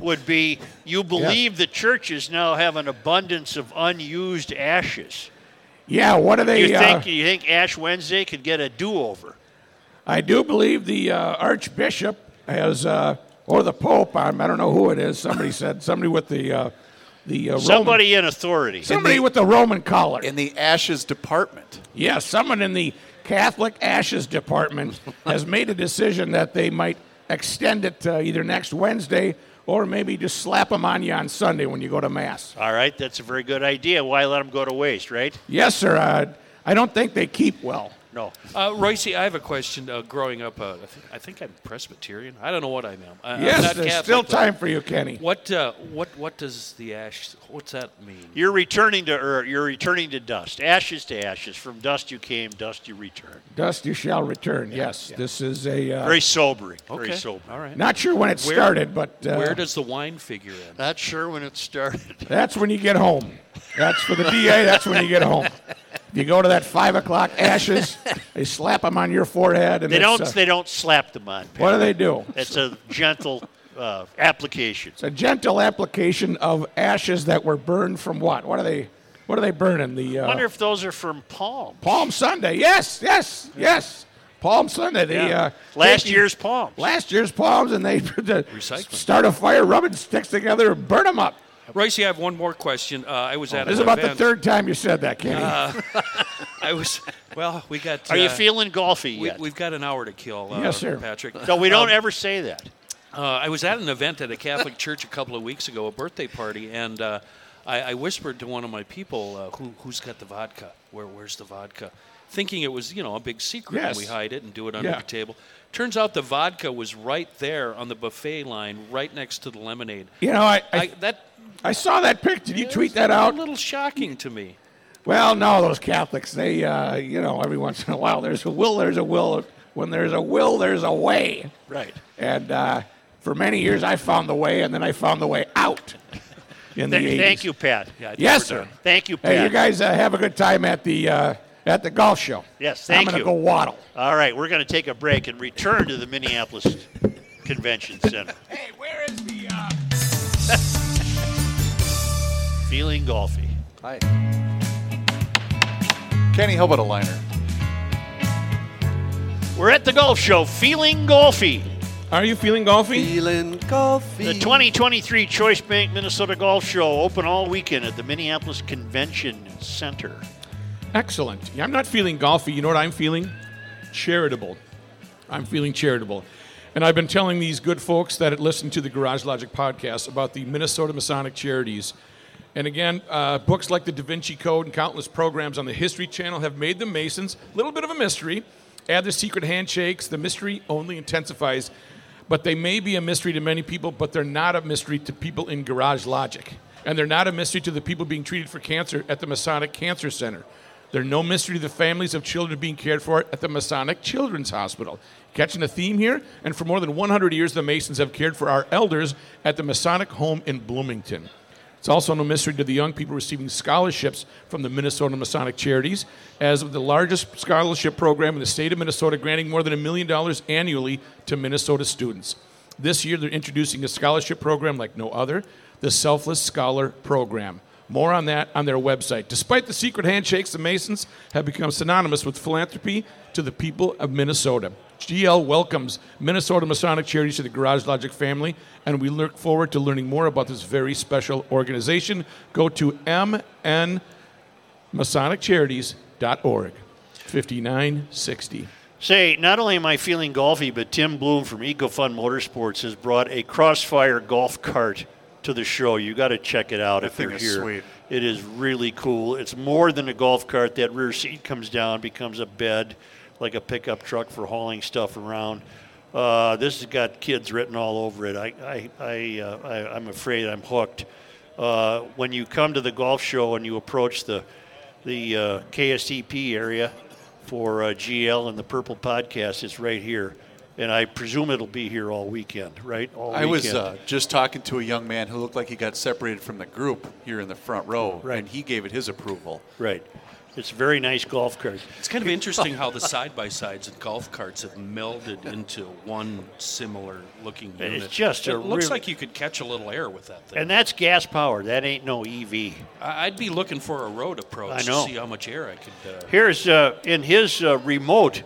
A: would be you believe the churches now have an abundance of unused ashes.
D: Yeah, what are
A: Do
D: they?
A: you
D: uh,
A: think you think Ash Wednesday could get a do-over?
D: I do believe the uh, Archbishop has, uh, or the Pope. I'm, I don't know who it is. Somebody said somebody with the uh, the uh, Roman,
A: Somebody in authority.
D: somebody with the Roman collar.
C: In the ashes department.
D: Yes, someone in the Catholic Ashes Department has made a decision that they might extend it uh, either next Wednesday or maybe just slap them on you on Sunday when you go to Mass.
A: All right, that's a very good idea. Why let them go to waste, right?
D: Yes, sir. Uh, I don't think they keep well.
A: No.
E: Uh, Royce, I have a question. Uh, growing up, uh, I, think, I think I'm Presbyterian. I don't know what I am. I, Uh, I'm
D: yes,
E: not
D: there's
E: Catholic,
D: still
E: but
D: time for you, Kenny.
E: What uh, what what does the ash? What's that mean?
A: You're returning to er, you're returning to dust. Ashes to ashes. From dust you came, dust you return.
D: Dust you shall return. Yes, this is a. Uh,
A: Very sobering.
E: Okay.
A: Very sobering.
E: All right.
D: not sure when it
E: Where-
D: started, but uh,
E: Where does the wine figure in?
A: Not sure when it started.
D: that's when you get home. That's for the DA. That's when you get home. If you go to that five o'clock ashes, they slap them on your forehead, and
A: They
D: it's,
A: don't
D: uh,
A: they don't slap them on. Pat.
D: what do they do?
A: It's a gentle uh, application.
D: It's a gentle application of ashes that were burned from what? What are they? What are they burning? The
A: I
D: uh,
A: wonder if those are from palm.
D: Palm Sunday. Yes, yes, yes. Palm Sunday. They uh,
A: Last
D: take-
A: year's palms.
D: last year's palms, and they start a fire, rub it, sticks together, and burn them up.
E: Ricey, I have one more question. Uh, I
A: Oh.
E: was at
G: This is
E: an
G: about the
E: event.
G: third time you said that, Kenny.
A: Uh,
E: I was. Well, we got.
A: Are you
E: uh,
A: feeling golfy
E: We,
A: yet?
E: we've got an hour to kill, uh,
G: Yes, sir.
E: Patrick.
A: no, we don't ever say that.
E: Uh, I was at an event at a Catholic church a couple of weeks ago, a birthday party, and uh, I, I whispered to one of my people, uh, "Who who's got the vodka? Where where's the vodka?" Thinking it was you know a big secret, and
D: Yes.
E: we hide it and do it under
D: Yeah.
E: the table. Turns out the vodka was right there on the buffet line, right next to the lemonade.
G: you know, I, I,
E: I, that
G: I saw that pic. Did you tweet that
E: A
G: out?
E: little shocking to me.
G: Well, no, those Catholics, they, uh, you know, every once in a while, there's a will, there's a will. When there's a will, there's a way.
A: Right.
G: And uh, for many years, I found the way, and then I found the way out in the
A: Th-
G: 80s.
A: thank you, Pat.
E: Yeah, I think
G: Yes,
E: we're
G: sir.
E: done.
A: Thank you, Pat.
G: Hey, you guys uh, have a good time at the uh, at the golf show.
A: Yes,
G: I'm
A: thank
G: gonna
A: you.
G: go waddle.
A: All right, we're going to take a break and return to the Minneapolis Convention Center.
G: Hey, where is the? Uh...
A: Feeling golfy.
F: Hi.
C: Kenny, how about a liner?
A: We're at the golf show, Feeling Golfy.
D: Are you feeling golfy?
F: Feeling coffee.
A: The 2023 Choice Bank Minnesota Golf Show open all weekend at the Minneapolis Convention Center.
D: Excellent. Yeah, I'm not feeling golfy. You know what I'm feeling? Charitable. I'm feeling charitable. And I've been telling these good folks that had listened to the Garage Logic podcast about the Minnesota Masonic Charities. And again, uh, books like The Da Vinci Code and countless programs on the History Channel have made the Masons a little bit of a mystery. Add the secret handshakes, the mystery only intensifies. But they may be a mystery to many people, but they're not a mystery to people in Garage Logic. And they're not a mystery to the people being treated for cancer at the Masonic Cancer Center. They're no mystery to the families of children being cared for at the Masonic Children's Hospital. Catching the theme here? And for more than 100 years, the Masons have cared for our elders at the Masonic home in Bloomington. It's also no mystery to the young people receiving scholarships from the Minnesota Masonic Charities, as of the largest scholarship program in the state of Minnesota, granting more than a million dollars annually to Minnesota students. This year, they're introducing a scholarship program like no other the Selfless Scholar Program. More on that on their website. Despite the secret handshakes, the Masons have become synonymous with philanthropy to the people of Minnesota. GL welcomes Minnesota Masonic Charities to the Garage Logic family, and we look forward to learning more about this very special organization. Go to mnmasoniccharities.org. 5960.
A: Say, not only am I feeling golfy, but Tim Bloom from EcoFun Motorsports has brought a Crossfire golf cart to the show. You got to check it out if
C: thing
A: you're
C: is
A: here.
C: sweet.
A: It is really cool. It's more than a golf cart. That rear seat comes down, becomes a bed, like a pickup truck for hauling stuff around. Uh, this has got kids written all over it. I, I, I, uh, I I'm afraid I'm hooked. Uh, when you come to the golf show and you approach the the uh, KSTP area for uh, GL and the Purple Podcast, it's right here. And I presume it'll be here all weekend, right? All
C: I
A: weekend.
C: was uh, just talking to a young man who looked like he got separated from the group here in the front row,
A: Right.
C: and he gave it his approval.
A: right. It's a very nice golf cart.
E: It's kind of interesting how the side by sides and golf carts have melded into one similar looking unit.
A: just a
E: it looks
A: really-
E: like you could catch a little air with that thing.
A: And that's gas powered. That ain't no E EV.
E: I- I'd be looking for a road approach
A: I know.
E: to see how much air I could. Uh,
A: Here's uh, in his uh, remote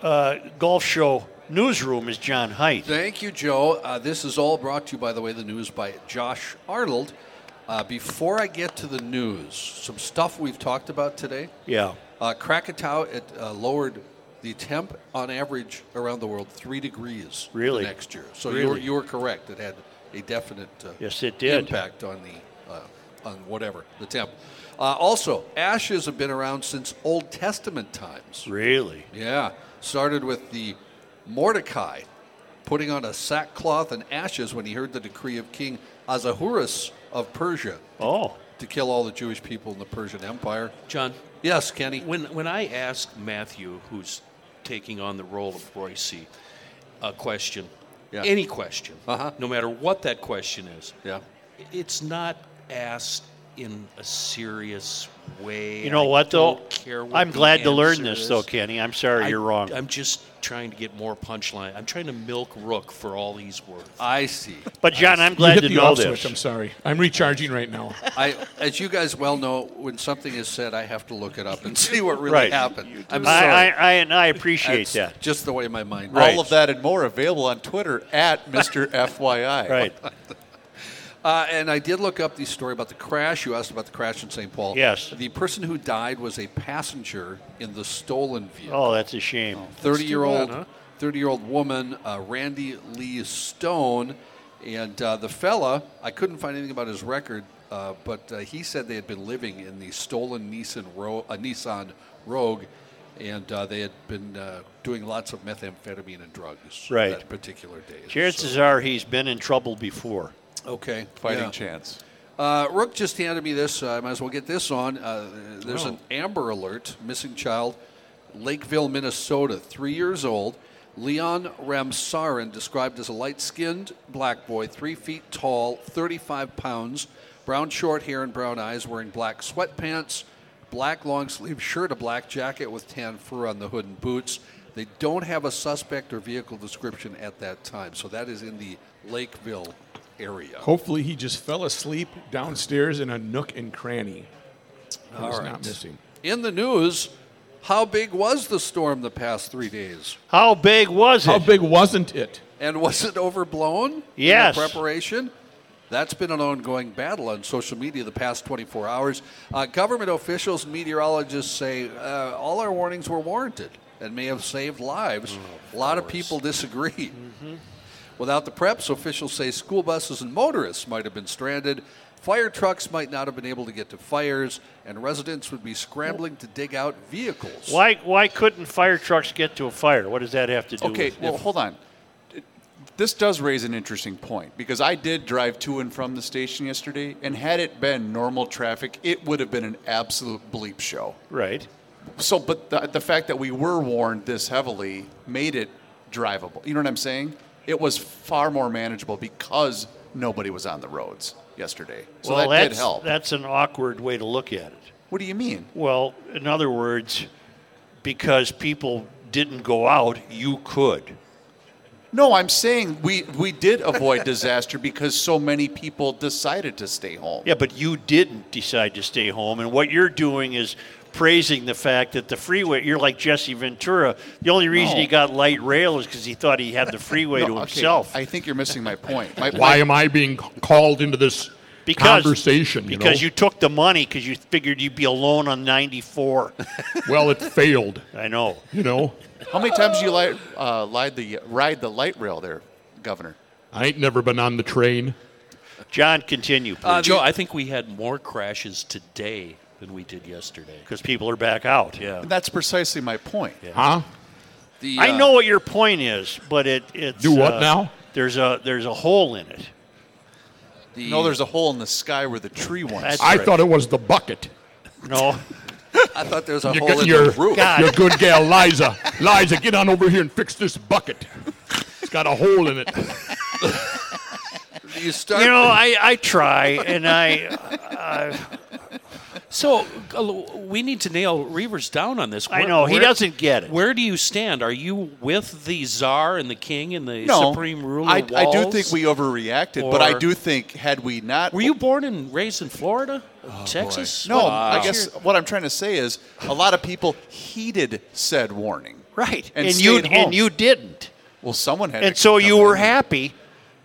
A: uh, golf show newsroom is John Height.
F: Thank you, Joe. Uh, this is all brought to you, by the way, the news by Josh Arnold. Uh, before I get to the news, some stuff we've talked about today.
A: Yeah.
F: Uh, Krakatoa it, uh, lowered the temp on average around the world three degrees the
A: Really?
F: next year. So you, were,
A: Really?
F: you were correct. It had a definite uh,
A: Yes, it did.
F: impact on the uh, on whatever the temp. Uh, also, ashes have been around since Old Testament times.
A: Really?
F: Yeah, started with the Mordecai putting on a sackcloth and ashes when he heard the decree of King Ahasuerus of Persia
A: Oh.
F: to kill all the Jewish people in the Persian Empire.
E: John,
F: Yes, Kenny.
E: when when I asked Matthew, who's taking on the role of Royce, a question,
F: Yeah.
E: any question,
F: Uh-huh.
E: no matter what that question is,
F: Yeah.
E: it's not asked in a serious way.
A: You know
E: I
A: what though?
E: don't care what
A: I'm
E: the
A: glad to learn
E: answer
A: this
E: is.
A: though, Kenny. I'm sorry
E: I-
A: you're wrong.
E: I'm just trying to get more punchline. I'm trying to milk Rook for all he's worth.
F: I see.
A: but John, I'm
D: You
A: glad
D: hit
A: to
D: the
A: know
D: off
A: this.
D: switch. I'm sorry. I'm recharging right now.
F: I, as you guys well know, when something is said, I have to look it up and see what really
A: Right.
F: happened. I'm sorry.
A: I, I, I and I appreciate
F: That's
A: that.
F: Just the way my mind.
A: Right.
C: All of that and more available on Twitter at Mr. FYI.
A: Right.
F: Uh, and I did look up the story about the crash. You asked about the crash in St. Paul.
A: Yes.
F: The person who died was a passenger in the stolen vehicle.
A: Oh, that's a shame.
F: 30 year old 30 year old woman uh, randy lee stone and uh, the fella i couldn't find anything about his record uh, but uh, he said they had been living in the stolen nissan, Ro- uh, nissan rogue and uh, they had been uh, doing lots of methamphetamine and drugs
A: Right.
F: that particular day
A: Chances are he's been in trouble before.
F: So- okay
C: Fighting
F: yeah.
C: chance.
F: Uh, Rook just handed me this. so I might as well get this on. Uh, there's an Amber Alert, missing child, Lakeville, Minnesota, three years old. Leon Ramsarin, described as a light skinned black boy, three feet tall, 35 pounds, brown short hair and brown eyes, wearing black sweatpants, black long sleeve shirt, a black jacket with tan fur on the hood and boots. They don't have a suspect or vehicle description at that time. So that is in the Lakeville area.
D: Hopefully, he just fell asleep downstairs in a nook and cranny. He was not missing.
F: In the news, how big was the storm the past three days?
A: How big was it?
D: How big wasn't it?
F: And was it overblown? in the
A: Yes.
F: preparation? That's been an ongoing battle on social media the past 24 hours. Uh, government officials, meteorologists say uh, all our warnings were warranted and may have saved lives. a lot of people disagree. Without the preps, officials say school buses and motorists might have been stranded. Fire trucks might not have been able to get to fires, and residents would be scrambling to dig out vehicles.
A: Why, why couldn't fire trucks get to a fire? What does that have to do
C: Okay,
A: with
C: well, hold on. This does raise an interesting point because I did drive to and from the station yesterday, and had it been normal traffic, it would have been an absolute bleep show.
A: Right.
C: So, but the, the fact that we were warned this heavily made it drivable. You know what I'm saying? It was far more manageable because nobody was on the roads yesterday. So
A: well,
C: that
A: that's,
C: did help.
A: that's an awkward way to look at it.
C: what do you mean?
A: Well, in other words, because people didn't go out, you could.
C: No, I'm saying we, we did avoid disaster because so many people decided to stay home.
A: Yeah, but you didn't decide to stay home, and what you're doing is praising the fact that the freeway. You're like Jesse Ventura. The only reason
C: No.
A: he got light rail is because he thought he had the freeway
C: No,
A: to
C: okay,
A: himself.
C: I think you're missing my point. My,
H: Why am I being c- called into this
A: because
H: conversation? You
A: because
H: know?
A: you took the money because you figured you'd be alone on 94.
H: well, it failed.
A: I know.
H: You know,
C: How many times you li- uh, lied the ride the light rail there, Governor?
H: I ain't never been on the train.
A: John, continue,
C: Uh,
A: please,
E: Joe, I think we had more crashes today than we did yesterday.
A: because people are back out. Yeah.
C: And that's precisely my point.
H: Huh?
F: The,
A: I
F: uh,
A: know what your point is, but it it's uh,
H: Do what now?
A: There's a there's a hole in it.
F: the-
C: No, there's a hole in the sky where the tree was.
A: That's
H: I
A: right.
H: thought it was the bucket.
A: No,
F: I thought there was a
H: You
F: hole
H: got
F: in
H: your,
F: the roof.
A: God.
H: your good gal Liza. Liza, get on over here and fix this bucket. It's got a hole in it.
F: You start.
A: you know I, I try and I
E: So uh, we need to nail Reavers down on this.
A: I know, he doesn't get it.
E: Where do you stand? Are you with the czar and the king and the
C: No,
E: supreme ruler?
C: I, I do
E: Walls?
C: think we overreacted, but I
E: Or-
C: do think had we not,
E: Were you born and raised in Florida,
A: Oh,
E: Texas?
C: No,
E: What-
C: I
E: what's
C: guess
E: your-
C: what I'm trying to say is a lot of people heeded said warning.
A: right
C: And,
A: you
C: stayed home.
A: and you didn't,
C: Well, someone had.
A: and
C: to
A: so
C: come
A: you
C: in.
A: were happy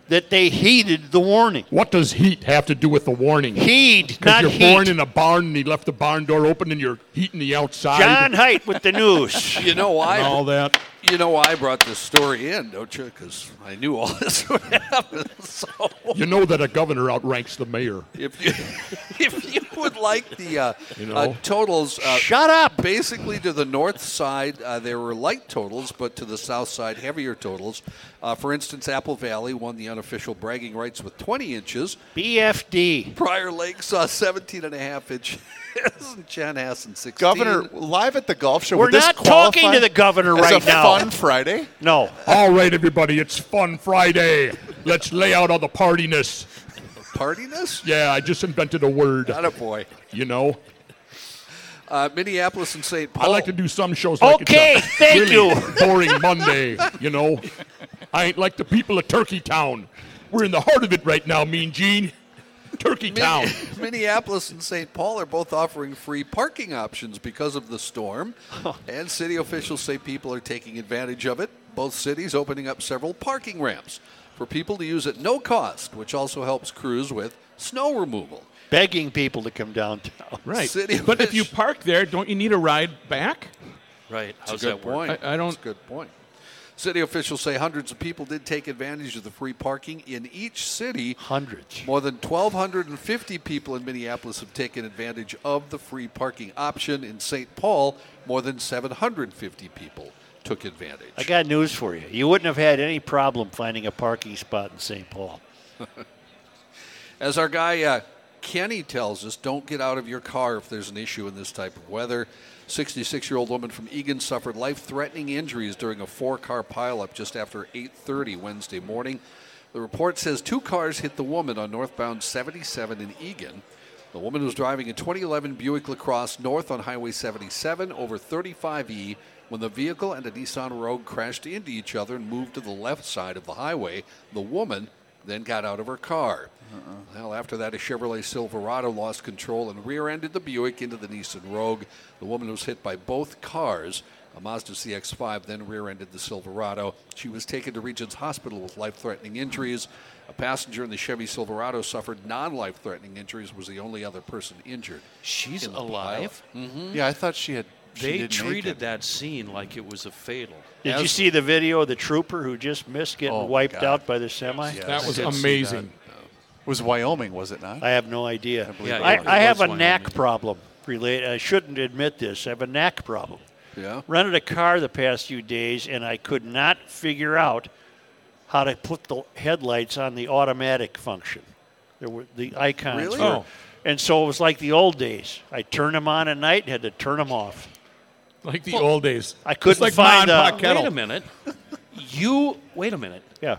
A: that they heeded the warning.
H: What does heat have to do with the warning?
A: Heed,
H: Because
A: not
H: you're
A: heat.
H: born in a barn and he left the barn door open and you're heating the outside
A: John Height with the news.
F: You know why?
H: and all that.
F: You know why I brought this story in, don't you? Because I knew all this would happen. So
H: You know that a governor outranks the mayor.
F: if you if you would like the uh, uh,
H: know.
F: totals, uh,
A: Shut up.
F: basically to the north side uh, there were light totals, but to the south side heavier totals. Uh, for instance, Apple Valley won the unofficial bragging rights with 20 inches.
A: BFD.
F: Prior Lake saw 17 and a half inches. and Chanhassen 16.
C: Governor live at the golf show.
A: We're
C: would this
A: not talking
C: qualify
A: to the governor
C: as
A: right
C: a
A: now.
C: Fun Friday.
A: No.
H: All right, everybody, it's Fun Friday. Let's lay out all the partiness.
F: partiness.
H: Yeah, I just invented a word,
F: Not a boy.
H: you know.
F: Uh, Minneapolis and St.
H: I
F: Paul.
H: like to do some shows like
A: Okay,
H: it's a
A: thank
H: really
A: you.
H: boring Monday, you know. I ain't like the people of Turkey Town. We're in the heart of it right now, Mean Gene. Turkey
F: Min-
H: Town.
F: Minneapolis and St. Paul are both offering free parking options because of the storm, and city officials say people are taking advantage of it. Both cities opening up several parking ramps for people to use at no cost, which also helps crews with snow removal.
A: begging people to come downtown.
D: Right.
F: City of
D: but if
F: Fish.
D: you park there, don't you need a ride back?
E: Right. How's
F: That's a good
E: that work?
F: point.
D: I- I don't-
F: That's a good point. City officials say hundreds of people did take advantage of the free parking in each city.
A: Hundreds.
F: More than 1,250 people in Minneapolis have taken advantage of the free parking option. In St. Paul, more than 750 people took advantage.
A: I got news for you. You wouldn't have had any problem finding a parking spot in St. Paul.
F: As our guy uh, Kenny tells us, don't get out of your car if there's an issue in this type of weather. 66 year old woman from Egan suffered life threatening injuries during a four car pileup just after 8.30 Wednesday morning. The report says two cars hit the woman on northbound 77 in Egan. The woman was driving a 2011 Buick LaCrosse north on Highway 77 over 35E when the vehicle and a Nissan Rogue crashed into each other and moved to the left side of the highway. The woman then got out of her car. Well, after that, a Chevrolet Silverado lost control and rear ended the Buick into the Nissan Rogue. The woman was hit by both cars. A Mazda CX 5 then rear ended the Silverado. She was taken to Regents Hospital with life threatening injuries. A passenger in the Chevy Silverado suffered non life threatening injuries, was the only other person injured.
E: She's
F: in the
E: alive.
C: Hmm? Yeah, I thought she had. she
E: They
C: didn't make
E: treated
C: it.
E: that scene like it was a fatal.
A: Did you see the video of the trooper who just missed getting
C: Oh,
A: wiped
C: God.
A: out by the semi?
D: That was
C: I did see
D: amazing.
C: It was Wyoming, was it not?
A: I have no idea.
E: believe it was.
A: I, I
E: It
A: have
E: was
A: a knack
E: Wyoming.
A: problem. Relate. I shouldn't admit this. I have a knack problem.
F: Yeah.
A: Rented a car the past few days, and I could not figure out how to put the headlights on the automatic function. There were the icons.
F: Really?
A: were-
D: Oh.
A: And so it was like the old days. I turned them on at night and had to turn them off.
D: Like the old days.
A: I
D: It's
A: couldn't
D: like
A: find
D: Ma and
A: a-
D: Pa
E: Wait a
D: Kettle.
E: minute. you wait a minute.
A: Yeah.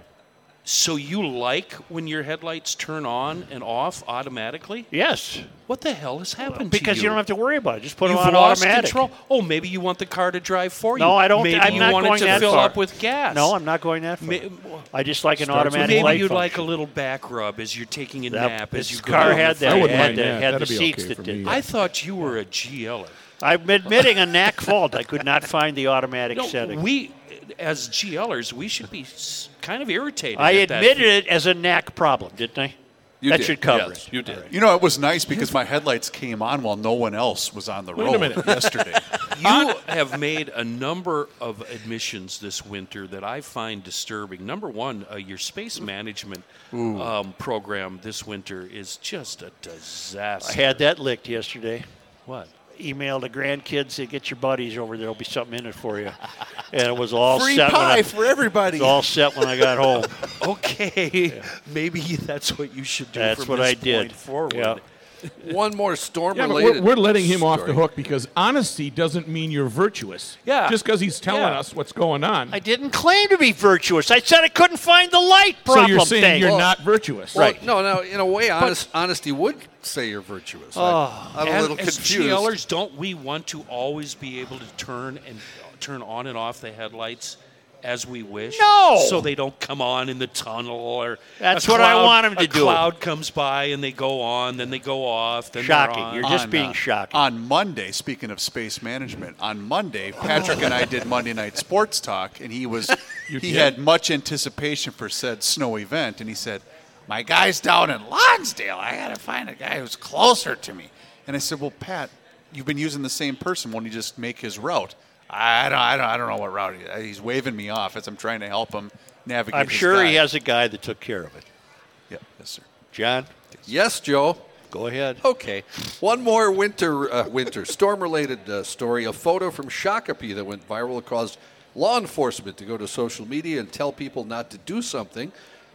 E: So you like when your headlights turn on and off automatically?
A: Yes.
E: What the hell has happened
A: Because you.
E: to you?
A: don't have to worry about it. Just put
E: You've
A: them on
E: lost
A: automatic.
E: control. Oh, maybe you want the car to drive for you.
A: No, I don't.
E: Maybe
A: I'm
E: you
A: not
E: want
A: going
E: it to
A: that
E: fill
A: far.
E: up with gas.
A: No, I'm not going that far.
E: Ma-
A: I just like an
E: So
A: automatic
E: maybe
A: light
E: you'd
A: function.
E: like a little back rub as you're taking a
A: That-
E: nap
A: this
E: as you go.
A: car
E: down the
A: had that.
E: front.
D: wouldn't
A: had
D: mind
A: the,
D: that.
A: had the
D: That'd be
A: seats
D: okay
A: that
D: for
A: did.
D: me.
A: that.
E: I thought you were a GLer.
A: I'm admitting a knack fault. I could not find the automatic
E: No,
A: setting.
E: we as GLers, we should be s- kind of irritated.
A: I
E: at that
A: admitted it as a knack problem, didn't I?
F: You
A: that
F: did,
A: should cover
F: yes,
A: it.
F: You did.
C: You know, it was nice because my headlights came on while no one else was on the
D: Wait a
C: road
D: minute.
C: yesterday.
E: You have made a number of admissions this winter that I find disturbing. Number one, uh, your space management um, program this winter is just a
A: I
E: disaster.
A: had that licked yesterday.
E: what?
A: Emailed the grandkids, said, get your buddies over. There'll be something in it for you. And it was all
C: Free
A: set. when I,
C: pie
A: it
C: for everybody.
A: was all set when I got home.
E: Okay, maybe that's what you should do.
A: That's
E: from
A: what
E: this
A: I did.
E: Point forward.
A: Yeah.
F: One more storm
D: Yeah, but
F: related.
D: we're, we're letting him off the hook because honesty doesn't mean you're virtuous.
E: Yeah.
D: Just because he's telling
E: Yeah.
D: us what's going on.
A: I didn't claim to be virtuous. I said I couldn't find the light
D: so
A: problem
D: you're saying
A: thing.
D: you're
F: Well-
D: not virtuous.
F: Well, No, no. In a way, honest, honesty would say you're virtuous.
D: Oh,
F: I, I'm a
E: As,
F: little
E: as
F: confused.
E: GLers, don't we want to always be able to turn and turn on and off the headlights? As we wish,
A: No!
E: so they don't come on in the tunnel, or
A: That's
E: a
A: what I
E: cloud-
A: want 'em to
E: a
A: do.
E: Cloud comes by and they go on, then they go off. Then they're
A: Shocking.
E: on.
A: You're just being shocking.
C: On Monday, speaking of space management, on Monday, Patrick and I did Monday Night Sports Talk, and he was he
D: did?
C: had much anticipation for said snow event, and he said, "My guy's down in Lonsdale. I got to find a guy who's closer to me." And I said, "Well, Pat, you've been using the same person. Won't you just make his route?" I don't, I don't, I don't know what route he, uh, he's waving me off as I'm trying to help him navigate.
A: I'm
C: his
A: sure he
C: guy.
A: has a guy that took care of it.
C: Yeah, yes, sir.
A: John,
F: Yes, Joe.
A: go ahead.
F: Okay. One more winter, uh, winter storm-related uh, story. A photo from Shakopee that went viral It caused law enforcement to go to social media and tell people not to do something.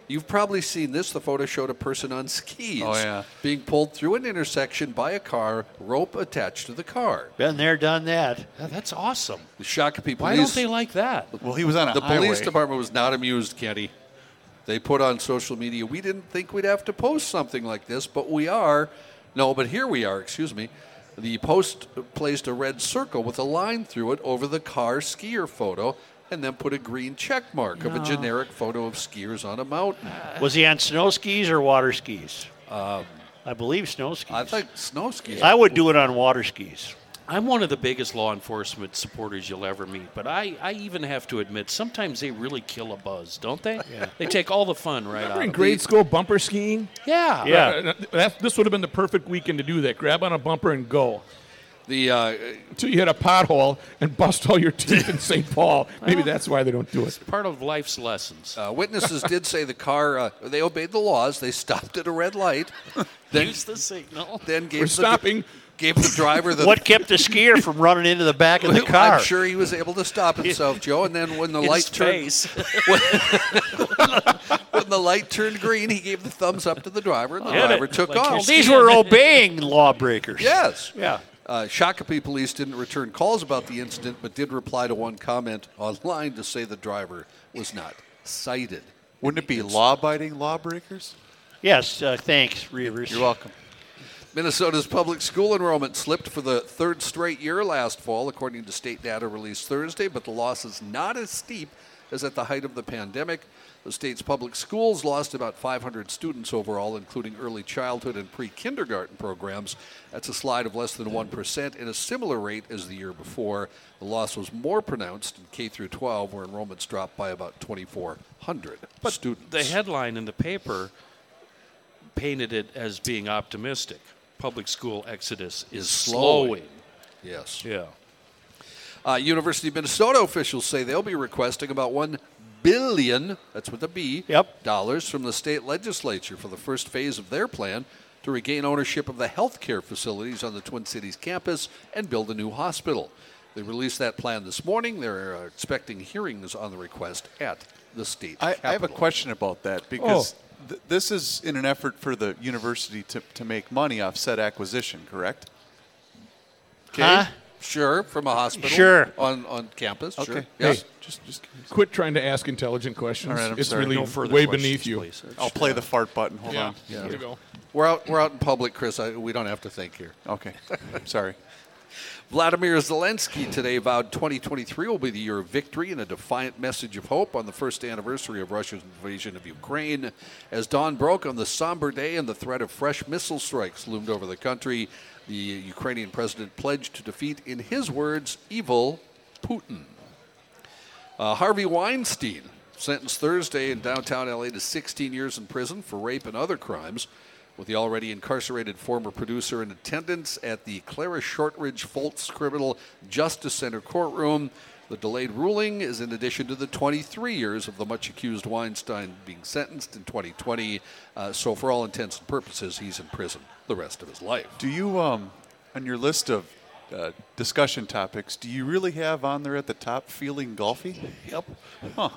F: You've probably seen this. The photo showed a person on skis
C: Oh, yeah.
F: being pulled through an intersection by a car, rope attached to the car.
A: Been there, done that.
E: Yeah, that's awesome.
F: The Shakopee police.
E: Why don't they like that?
C: Well, he was on a
F: the
C: highway.
F: police department was not amused, Kenny. They put on social media, we didn't think we'd have to post something like this, but we are. No, but here we are, excuse me. The post placed a red circle with a line through it over the car skier photo and then put a green check mark of a generic photo of skiers on a mountain.
A: Was he on snow skis or water skis? I believe snow skis.
F: I think snow skis.
A: I would do it on water skis.
E: I'm one of the biggest law enforcement supporters you'll ever meet, but I, I even have to admit, sometimes they really kill a buzz, don't they? Yeah. They take all the fun right out.
D: We're in
E: of it.
D: grade school bumper skiing.
E: Yeah.
D: Uh, that, this would have been the perfect weekend to do that. Grab on a bumper and go.
F: The uh,
D: Until you hit a pothole and bust all your teeth in St. Paul. Maybe that's why they don't do it.
E: Part of life's lessons.
F: uh, witnesses did say the car, uh, they obeyed the laws. They stopped at a red light, then,
E: Use the signal.
F: then gave,
D: We're
F: the,
D: stopping.
F: gave the driver the.
A: What kept the skier from running into the back of the car?
F: I'm sure he was able to stop himself, Joe. And then when the
E: In
F: light turned,
E: space.
F: when the light turned green, he gave the thumbs up to the driver, and the
E: Did it.
F: driver took
E: Like
A: Well,
F: off.
E: you're-
A: these were obeying lawbreakers.
F: Yes.
A: Yeah.
F: Uh, Shakopee police didn't return calls about the incident, but did reply to one comment online to say the driver was not cited.
C: Wouldn't it be law-abiding lawbreakers?
A: Yes. Uh, thanks, Reavers.
C: You're welcome.
F: Minnesota's public school enrollment slipped for the third straight year last fall, according to state data released Thursday, but the loss is not as steep as at the height of the pandemic. The state's public schools lost about 500 students overall, including early childhood and pre kindergarten programs. That's a slide of less than 1% and a similar rate as the year before. The loss was more pronounced in K through 12, where enrollments dropped by about 2,400 students.
E: The headline in the paper painted it as being optimistic. Public school exodus is slowing.
F: slowing. yes.
E: Yeah.
F: Uh, University of Minnesota officials say they'll be requesting about one billion, that's with a B,
A: Yep.
F: dollars from the state legislature for the first phase of their plan to regain ownership of the healthcare facilities on the Twin Cities campus and build a new hospital. They released that plan this morning. They're uh, expecting hearings on the request at the state.
C: I, I have a
F: capitol.
C: question about
F: Oh.
C: that because th- this is in an effort for the university to, to make money off said acquisition, correct? Okay.
A: Huh?
F: Sure, from a hospital.
A: Sure.
F: On on campus. Sure.
C: Okay.
F: Yes.
D: Hey,
C: Just, just curious.
D: Quit trying to ask intelligent questions.
C: All right, I'm
D: it's
C: sorry.
D: really
C: No
E: Further
D: way
E: questions,
D: beneath you.
E: please.
C: I'll play the fart button. Hold
D: Yeah.
C: on.
D: There you go.
F: We're out. We're out in public, Chris. I, we don't have to think here.
C: Okay. I'm sorry.
F: Vladimir Zelensky today vowed 2023 will be the year of victory and a defiant message of hope on the first anniversary of Russia's invasion of Ukraine. As dawn broke on the somber day and the threat of fresh missile strikes loomed over the country, the Ukrainian president pledged to defeat, in his words, evil Putin. Uh, Harvey Weinstein sentenced Thursday in downtown LA to 16 years in prison for rape and other crimes, with the already incarcerated former producer in attendance at the Clara Shortridge Foltz Criminal Justice Center courtroom. The delayed ruling is in addition to the 23 years of the much accused Weinstein being sentenced in 2020. Uh, so, for all intents and purposes, he's in prison the rest of his life.
C: Do you, um, on your list of uh, discussion topics, do you really have on there at the top feeling golfy? Yep. Huh.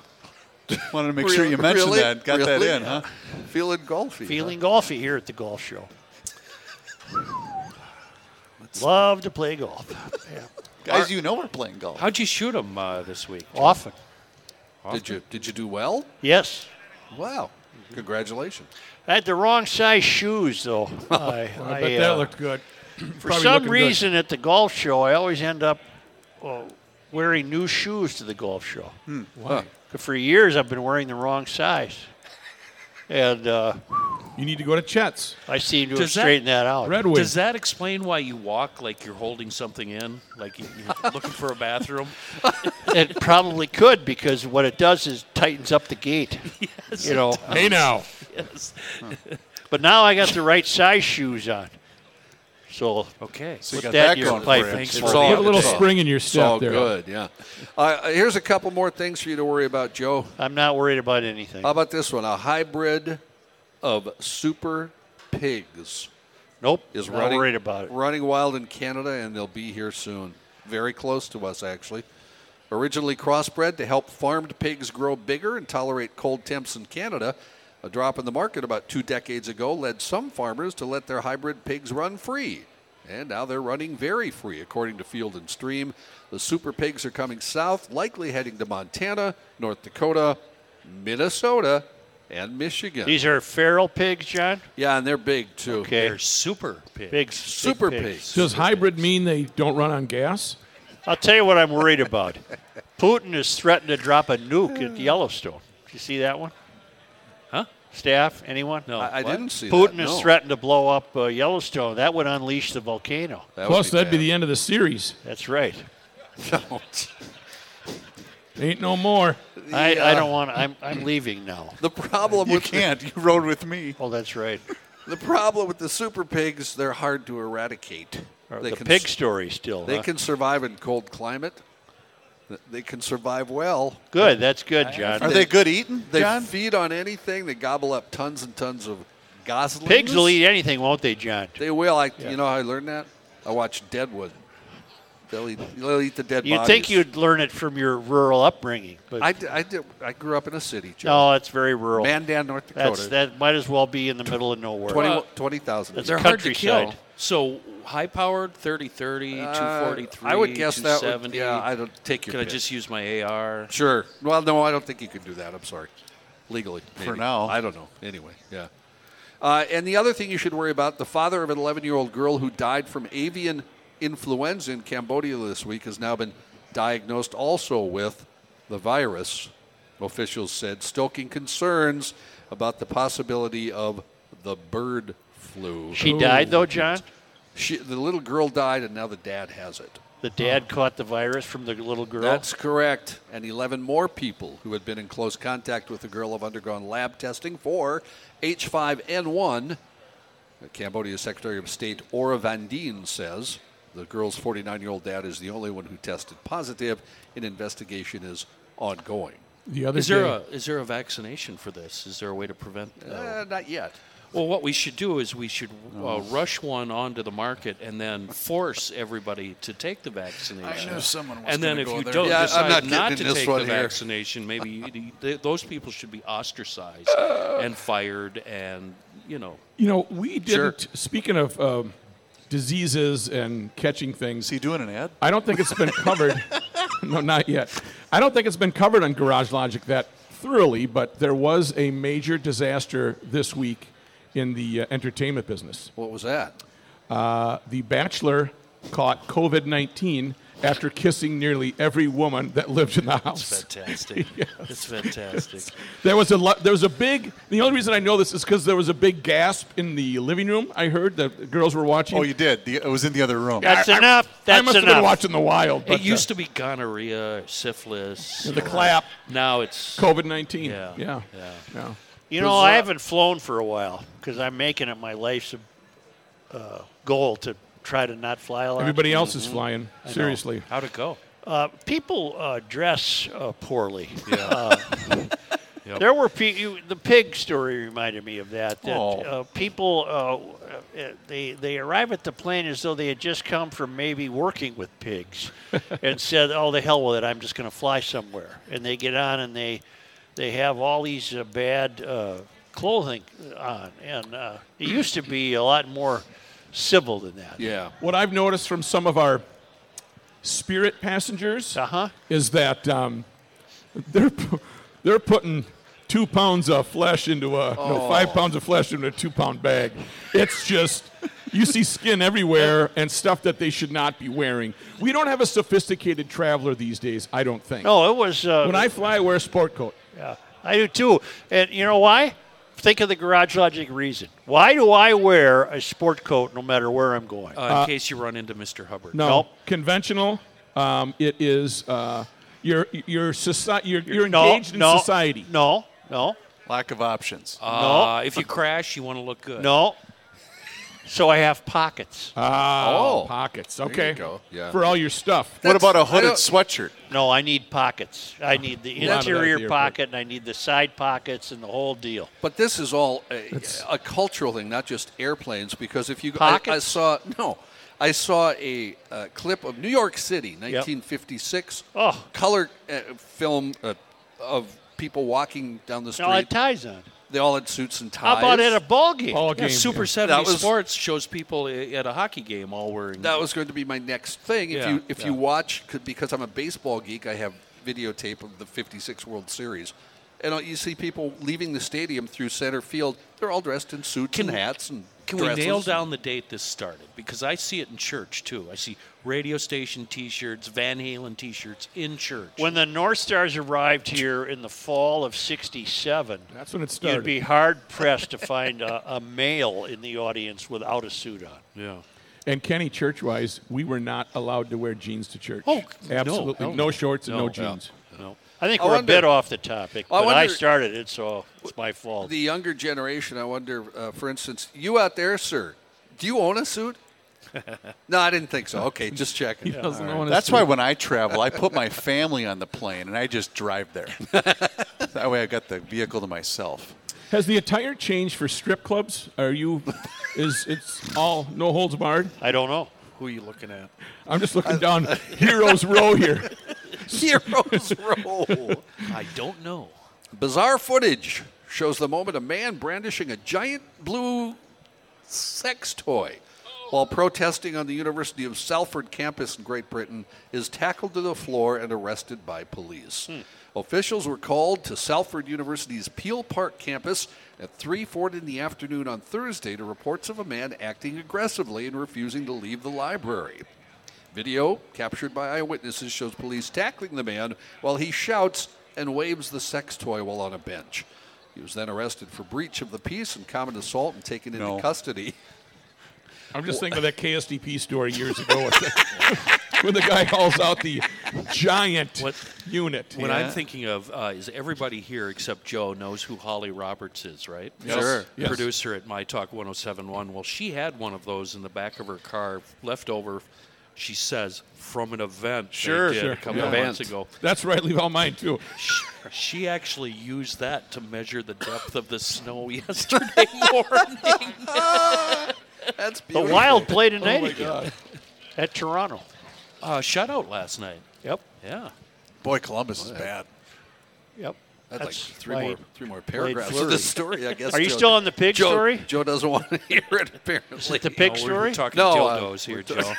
C: Wanted to make sure you mentioned
F: Really?
C: that. Got that
F: Really?
C: in, huh?
F: Feeling golfy.
A: Feeling golfy here at the golf show. Love to play golf. Yeah.
C: Guys, you know we're playing golf.
E: How'd you shoot him uh, this week?
A: Often.
F: huh? Did you did you do well?
A: Yes.
F: Wow! Congratulations.
A: I had the wrong size shoes, though. I,
D: I,
A: I, uh,
D: bet that looked good.
A: for some reason, at the golf show, I always end up uh, wearing new shoes to the golf show.
D: Why?
A: For years, I've been wearing the wrong size. And uh,
D: You need to go to Chet's.
A: I seem to have
E: Does that-
A: straightened that, out.
D: Red Wing.
E: Does that explain why you walk like you're holding something in, like you- you're looking for a bathroom?
A: It probably could because what it does is tightens up the gate.
E: Yes,
A: you know,
H: Hey now.
E: Yes.
A: but now I got the right size shoes on. So
E: Okay.
C: So you
A: put
C: got
A: that
C: that
A: in your
C: going for
A: life.
C: you.
A: Oh, It's
E: Thanks
A: for
E: for
A: the-
E: the
D: Put a little
F: it's all-
D: spring in your
F: It's
D: step
F: all
D: there.
F: good, yeah. Uh, here's a couple more things for you to worry about, Joe.
A: I'm not worried about anything.
F: How about this one? A hybrid of super pigs
A: nope,
F: is
A: not
F: running
A: worried about it.
F: running wild in Canada, and they'll be here soon. Very close to us, actually. Originally crossbred to help farmed pigs grow bigger and tolerate cold temps in Canada, a drop in the market about two decades ago led some farmers to let their hybrid pigs run free. And now they're running very free, according to Field and Stream. The super pigs are coming south, likely heading to Montana, North Dakota, Minnesota, and Michigan.
A: These are feral pigs, John.
F: yeah, and they're big too.
A: Okay,
E: They're super big.
A: big
F: Super
A: big
F: pigs.
D: Does hybrid mean they don't run on gas?
A: I'll tell you what I'm worried about. Putin is threatening to drop a nuke at Yellowstone. Did you see that one?
E: Huh?
A: Staff? Anyone?
E: No.
F: I, I
E: What?
F: didn't see
A: Putin
F: that.
A: has
F: no.
A: threatened to blow up uh, Yellowstone. That would unleash the volcano.
F: That would
D: Plus, that'd be
F: bad.
D: the end of the series.
A: That's right.
D: Ain't no more.
A: I, I
F: uh,
A: don't want. I'm I'm leaving now.
F: the problem
C: You
F: with the-
C: can't. You rode with me.
A: Oh, that's right.
F: The problem with the super pigs, they're hard to eradicate.
A: Or
F: They
A: the
F: can
A: pig
F: s-
A: story still.
F: They
A: huh?
F: can survive in cold climate. Th- They can survive well.
A: Good. That's good, John.
C: Are they, good eating,
F: They
C: John?
F: feed on anything. They gobble up tons and tons of goslings.
A: Pigs will eat anything, won't they, John?
F: They will. I, You know how I learned that? I watched Deadwood. They'll eat, they'll eat the dead
A: You'd
F: bodies.
A: think you'd learn it from your rural upbringing, but
F: I, d- I, d- I grew up in a city, Joe.
A: no, it's very rural.
F: Mandan, North Dakota.
A: That's that might as well be in the middle of nowhere.
F: 20
E: Well,
F: 20,000.
A: that's
E: They're
A: the
E: hard to
A: countryside.
E: kill. So high powered, 30 30,
F: Uh,
E: 243.
F: I would guess that would.
E: 270.
F: Yeah, I don't take your
E: Could I
F: pick.
E: just use my AR?
F: Sure. Well, no, I don't think you can do that. I'm sorry. Legally. maybe.
C: now.
F: I don't know. Anyway, yeah. Uh, and the other thing you should worry about the father of an 11 year old girl who died from avian influenza in Cambodia this week has now been diagnosed also with the virus, officials said, stoking concerns about the possibility of the bird flu.
A: She died though, John.
F: She, the little girl died, and now the dad has it.
A: The dad caught the virus from the little girl.
F: That's correct. And 11 more people who had been in close contact with the girl have undergone lab testing for H5N1. Cambodia's Secretary of State Ora Van Dien says the girl's 49 year old dad is the only one who tested positive. An investigation is ongoing.
D: The other
E: Is there
D: day-
E: a is there a vaccination for this? Is there a way to prevent? uh,
F: Uh, not yet.
E: well, what we should do is we should uh, rush one onto the market and then force everybody to take the vaccination.
C: I knew someone was
E: and
C: gonna
E: then if
C: go
E: you
C: there.
E: don't
F: Yeah, I'm
E: decide
F: not getting in
E: to
F: this
E: take
F: one
E: the
F: here.
E: vaccination, maybe you- you- th- those people should be ostracized and fired, and you know.
D: You know, we didn't. Speaking of um, diseases and catching things,
C: Is he doing an ad?
D: I don't think it's been covered. no, not yet. I don't think it's been covered on Garage Logic that thoroughly, but there was a major disaster this week in the uh, entertainment business.
F: What was that?
D: Uh, the Bachelor caught COVID 19 after kissing nearly every woman that lived in the house.
E: Fantastic! It's fantastic.
D: There was a lo- there was a big. The only reason I know this is because there was a big gasp in the living room. I heard that the girls were watching.
C: Oh, you did. The, it was in the other room.
A: That's
D: I- I-
A: enough.
D: I
A: That's
D: must have
A: enough.
D: been watching the wild. But uh,
E: it used to be gonorrhea, syphilis,
D: the
E: or-
D: clap.
E: Now it's
D: COVID nineteen.
E: Yeah,
D: yeah,
E: yeah.
D: yeah.
A: You know, I haven't flown for a while because I'm making it my life's uh, goal to try to not fly a lot.
D: Everybody else
A: Mm-hmm.
D: is flying. Seriously,
E: How'd it go?
A: Uh, people uh, dress uh, poorly. Uh, There were pe- you, the pig story reminded me of that. That
C: Oh.
A: uh, people uh, uh, they they arrive at the plane as though they had just come from maybe working with pigs, and said, "Oh, the hell with it! I'm just going to fly somewhere." And they get on and they they have all these uh, bad uh, clothing on, and uh, it used to be a lot more civil than that.
F: Yeah.
D: what I've noticed from some of our Spirit passengers
A: Uh-huh.
D: is that um, they're pu- they're putting two pounds of flesh into a no five pounds of flesh into a two pound bag. It's just you see skin everywhere and stuff that they should not be wearing. We don't have a sophisticated traveler these days. I don't think.
A: No, it was. Uh,
D: When I fly, I wear a sport coat.
A: Yeah, I do too. And you know why? Think of the garage logic reason. Why do I wear a sport coat no matter where I'm going?
E: Uh, in case you run into Mr. Hubbard.
D: No,
A: Nope.
D: conventional. Um, it is uh, you're you're society. You're, you're
A: no,
D: engaged in
A: no,
D: society.
A: No, no,
C: Lack of options.
E: Uh, If you crash, you want to look good.
A: no. So I have pockets.
D: Oh,
F: Oh.
D: pockets.
F: you
D: Okay,
F: go, yeah.
D: for all your stuff.
C: what about a
F: That's- I
C: hooded
F: don't-
C: sweatshirt?
A: no, I need pockets. I need the
D: uh, Lot of that at the
A: interior
D: airport.
A: pocket and I need the side pockets and the whole deal.
F: But this is all a, a cultural thing, not just airplanes. Because if you, I, I
A: Pockets?
F: saw no, I saw a uh, clip of New York City, 1956,
A: Oh.
F: color uh, film uh, of people walking down the street.
A: No, it ties on.
F: they all had suits and ties.
A: How about at a ball game?
D: Ball
E: Yeah,
D: game.
E: Super
D: yeah.
E: 70
F: That was-
E: Sports shows people i- at a hockey game all wearing.
F: That was going to be my next thing. If
E: Yeah,
F: you if
E: yeah.
F: you watch, 'cause- because I'm a baseball geek, I have videotape of the '56 World Series. and uh, you see people leaving the stadium through center field. They're all dressed in suits and hats and
E: Can
F: dresses.
E: we nail down the date this started? Because I see it in church too. I see radio station T-shirts, Van Halen T-shirts in church.
A: When the North Stars arrived here in the fall of '67,
D: That's when it
A: you'd
D: started.
A: be hard pressed to find a, a male in the audience without a suit on.
E: yeah.
D: and Kenny, church-wise, we were not allowed to wear jeans to church.
E: Oh, no.
D: absolutely, no, shorts and
E: No.
D: no
E: Yeah.
D: jeans.
E: No.
A: I think
F: I
A: we're
F: wonder-
A: a bit off the topic,
F: I
A: but I
F: wonder-
A: started it, so it's my fault.
F: The younger generation, I wonder, uh, for instance, you out there, sir, do you own a suit? no, I didn't think so. Okay, just checking.
D: Doesn't want to
C: That's
D: see-
C: why when I travel, I put my family on the plane and I just drive there. that way I got the vehicle to myself.
D: Has the attire changed for strip clubs? Are you? is it's all no holds barred?
A: I don't know.
E: Who are you looking at?
D: I'm just looking down Heroes Row here.
F: Heroes roll.
E: I don't know.
F: Bizarre footage shows the moment a man brandishing a giant blue sex toy while protesting on the University of Salford campus in Great Britain is tackled to the floor and arrested by police. Officials were called to Salford University's Peel Park campus at 3:40 in the afternoon on Thursday to reports of a man acting aggressively and refusing to leave the library. Video captured by eyewitnesses shows police tackling the man while he shouts and waves the sex toy while on a bench. He was then arrested for breach of the peace and common assault and taken into
C: No.
F: custody.
D: I'm just thinking of that KSDP story years ago with the- when the guy hauls out the giant
E: What-
D: unit.
E: What I'm thinking of uh, is everybody here except Joe knows who Holly Roberts is, right?
F: Sure.
D: Yes.
E: Producer at My Talk 1071. Well, she had one of those in the back of her car, left over, she says, from an event. they
D: Sure,
E: did
D: sure.
E: A couple of
D: Yeah.
E: months ago.
D: That's right, leave all mine too.
E: She, she actually used that to measure the depth of the snow yesterday morning.
F: That's
A: The
F: beautiful.
A: Wild played
F: Oh
A: tonight again at Toronto.
E: Uh, shutout last night.
A: Yep.
E: Yeah.
C: Boy, Columbus is bad.
A: Yep.
F: That's like three
A: why-
F: more three more paragraphs
A: Fleury.
F: of this story, I guess.
A: Are you
F: Joe-
A: still on the pig
F: Joe,
A: story?
F: Joe doesn't want to hear it apparently.
A: The pig
E: No, we're
A: story?
E: talking
F: No, uh,
E: dildos
F: we're
E: here,
F: ta-
E: Joe.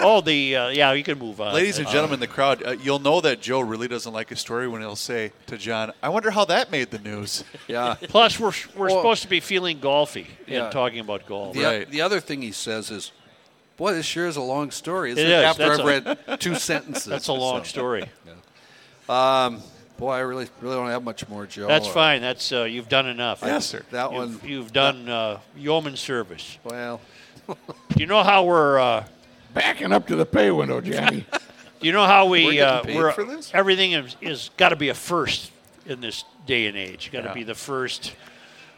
A: Oh, the uh, yeah, you can move on.
C: Ladies and gentlemen, in the crowd, uh, you'll know that Joe really doesn't like a story when he'll say to John, I wonder how that made the news.
F: yeah.
A: Plus, we're we're
F: Well-
A: supposed to be feeling golfy
F: Oh. Yeah.
A: and talking about golf.
F: The,
C: Right.
F: the other thing he says is, "Boy, this sure is a long story." Isn't
A: It
F: it,
A: is.
F: After
A: That's
F: I've
A: a-
F: read two sentences,
A: That's a long story.
F: Boy, I really really don't have much more, Joe.
A: That's
F: Uh,
A: fine. That's uh, you've done enough.
C: Yes, sir.
F: That
A: You've,
F: one.
A: you've done uh, yeoman service.
F: Well,
A: You know how we're. Uh,
G: Backing up to the pay window, Johnny.
A: you know how we.
F: We're getting
A: uh,
F: paid for this?
A: Everything is, is got to be a first in this day and age. Got to be the first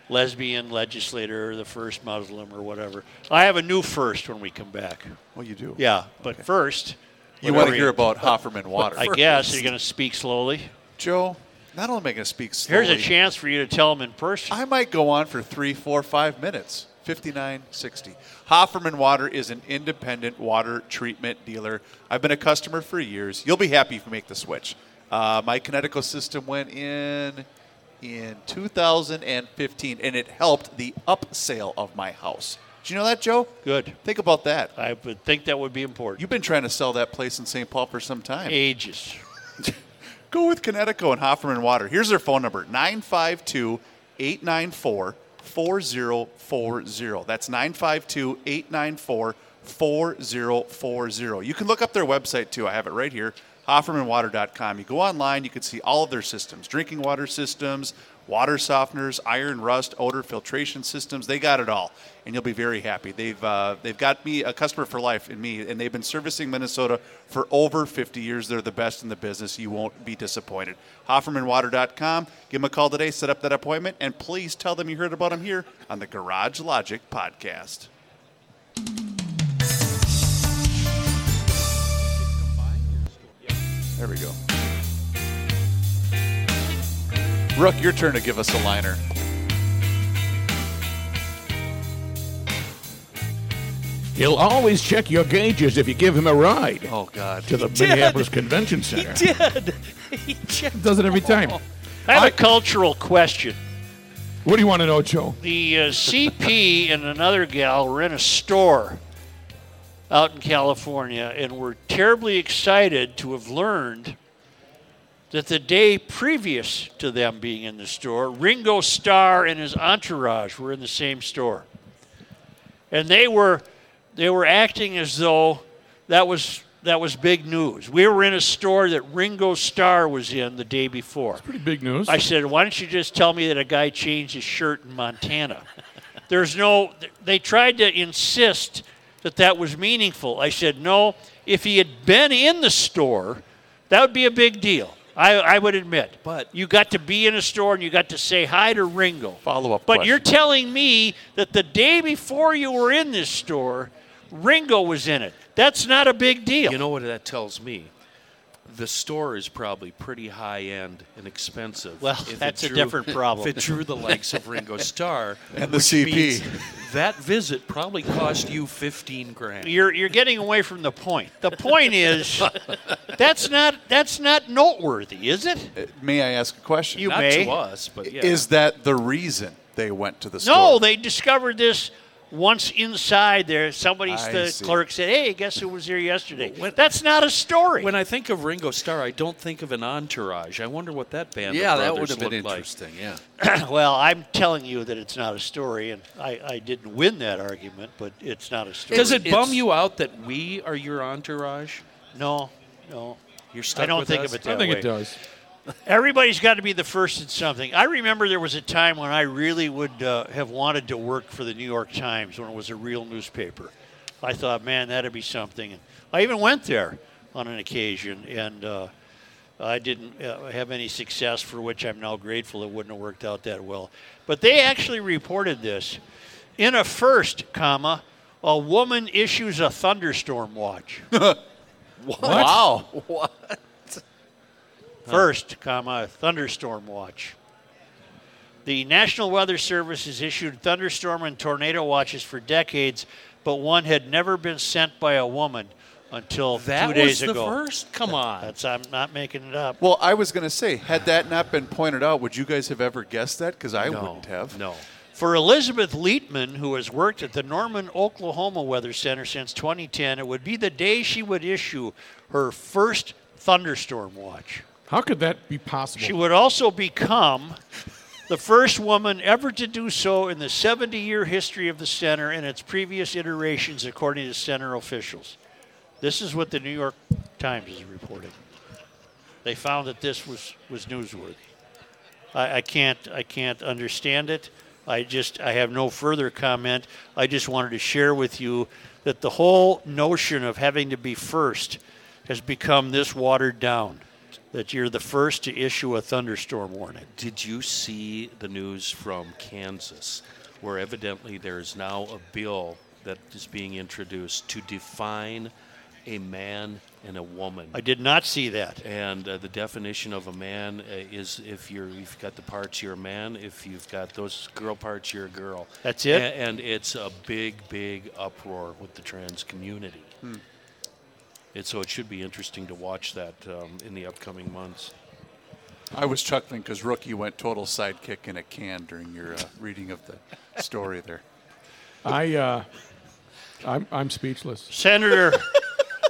A: lesbian legislator, or the first Muslim, or whatever. I have a new first when we come back.
C: Well, you do.
A: Yeah, but first.
C: You want to
A: whatever
C: hear about Hofferman Water.
A: I guess you're going to speak slowly.
C: Joe, not only am I going to speak slowly,
A: Here's a chance for you to tell them in person.
C: I might go on for three, four, five minutes. 5960. Hofferman Water is an independent water treatment dealer. I've been a customer for years. You'll be happy if you make the switch. Uh, my Connecticut system went in in 2015, and it helped the upsale of my house. Did you know that, Joe?
A: Good.
C: Think about that.
A: I would think that would be important.
C: You've been trying to sell that place in St. Paul for some time.
A: Ages.
C: Go with Connecticut and Hofferman Water. Here's their phone number 952 894 4040. That's 952 894 4040. You can look up their website too. I have it right here HoffermanWater.com. You go online, you can see all of their systems drinking water systems, water softeners, iron rust, odor filtration systems. They got it all, and you'll be very happy. They've uh, they've got me a customer for life in me, and they've been servicing Minnesota for over 50 years. They're the best in the business. You won't be disappointed. HoffermanWater.com. Give them a call today. Set up that appointment, and please tell them you heard about them here on the Garage Logic podcast. There we go. Rook, your turn to give us a liner.
H: He'll always check your gauges if you give him a ride
C: Oh God.
H: to the Minneapolis Convention Center. He did. Does it every time.
A: I have a cultural question.
H: What do you want to know, Joe?
A: The uh, CP and another gal were in a store out in California and were terribly excited to have learned that the day previous to them being in the store, Ringo Starr and his entourage were in the same store. And they were they were acting as though that was that was big news. We were in a store that Ringo Starr was in the day before.
D: Pretty big news.
A: I said, "Why don't you just tell me that a guy changed his shirt in Montana?" There's no. They tried to insist that that was meaningful. I said, "No. If he had been in the store, that would be a big deal. I, I would admit.
E: But-
A: you got to be in a store and you got to say hi to Ringo.
C: Follow-up
A: But
C: question.
A: you're telling me that the day before you were in this store, Ringo was in it. That's not a big deal.
E: You know what that tells me? The store is probably pretty high end and expensive.
A: Well,
E: If it
A: that's a different problem.
E: If it drew the likes of Ringo Starr
C: And the
E: which
F: E
C: CP.
E: means that visit probably cost you fifteen grand.
A: you're you're getting away from the point. The point is that's not that's not noteworthy, is it?
C: May I ask a question?
A: You
E: Not
A: may.
E: to us, but yeah.
C: Is that the reason they went to the store?
A: No, they discovered this once inside there. Somebody,
C: I
A: the
C: see.
A: clerk said, "Hey, guess who was here yesterday?" That's not a story.
E: when I think of Ringo Starr, I don't think of an entourage. I wonder what that band.
F: Yeah,
E: of
F: that would
E: brothers
F: have been
E: looked like.
F: interesting. Yeah.
A: well, I'm telling you that it's not a story, and I, I didn't win that argument, but it's not a story.
E: Does it bum
F: It's-
E: you out that we are your entourage?
A: No, no.
E: You're stuck
A: I don't
E: with
A: think
E: us?
A: of it
D: I
A: that
D: think
A: way.
D: it does.
A: Everybody's got to be the first in something. I remember there was a time when I really would uh, have wanted to work for the New York Times when it was a real newspaper. I thought, man, that'd be something. And I even went there on an occasion, and uh, I didn't uh, have any success, for which I'm now grateful. It wouldn't have worked out that well. But they actually reported this in a first, comma, a woman issues a thunderstorm watch.
F: Wow. What?
A: First, comma, thunderstorm watch. The National Weather Service has issued thunderstorm and tornado watches for decades, but one had never been sent by a woman until
E: That
A: two
E: was
A: days
E: the
A: ago.
E: first. Come on.
A: That's I'm not making it up.
C: Well, I was going to say, had that not been pointed out, would you guys have ever guessed that? Because I
E: no,
C: wouldn't have.
E: No.
A: For Elizabeth Leitman, who has worked at the Norman, Oklahoma Weather Center since 2010, it would be the day she would issue her first thunderstorm watch.
D: How could that be possible?
A: She would also become the first woman ever to do so in the 70 year history of the center and its previous iterations, according to center officials. This is what the New York Times is reporting. They found that this was, was newsworthy. I, I can't I can't understand it. I just I have no further comment. I just wanted to share with you that the whole notion of having to be first has become this watered down. That you're the first to issue a thunderstorm warning.
E: Did you see the news from Kansas where evidently there is now a bill that is being introduced to define a man and a woman?
A: I did not see that.
E: and uh, the definition of a man uh, is if you're you've got the parts you're a man, if you've got those girl parts you're a girl.
A: That's it?
E: A- And, it's a big, big uproar with the trans community.
A: Hmm.
E: And so it should be interesting to watch that um, in the upcoming months.
C: I was chuckling because Rookie went total sidekick in a can during your uh, reading of the story there.
D: I, uh, I'm, I'm speechless.
A: Senator,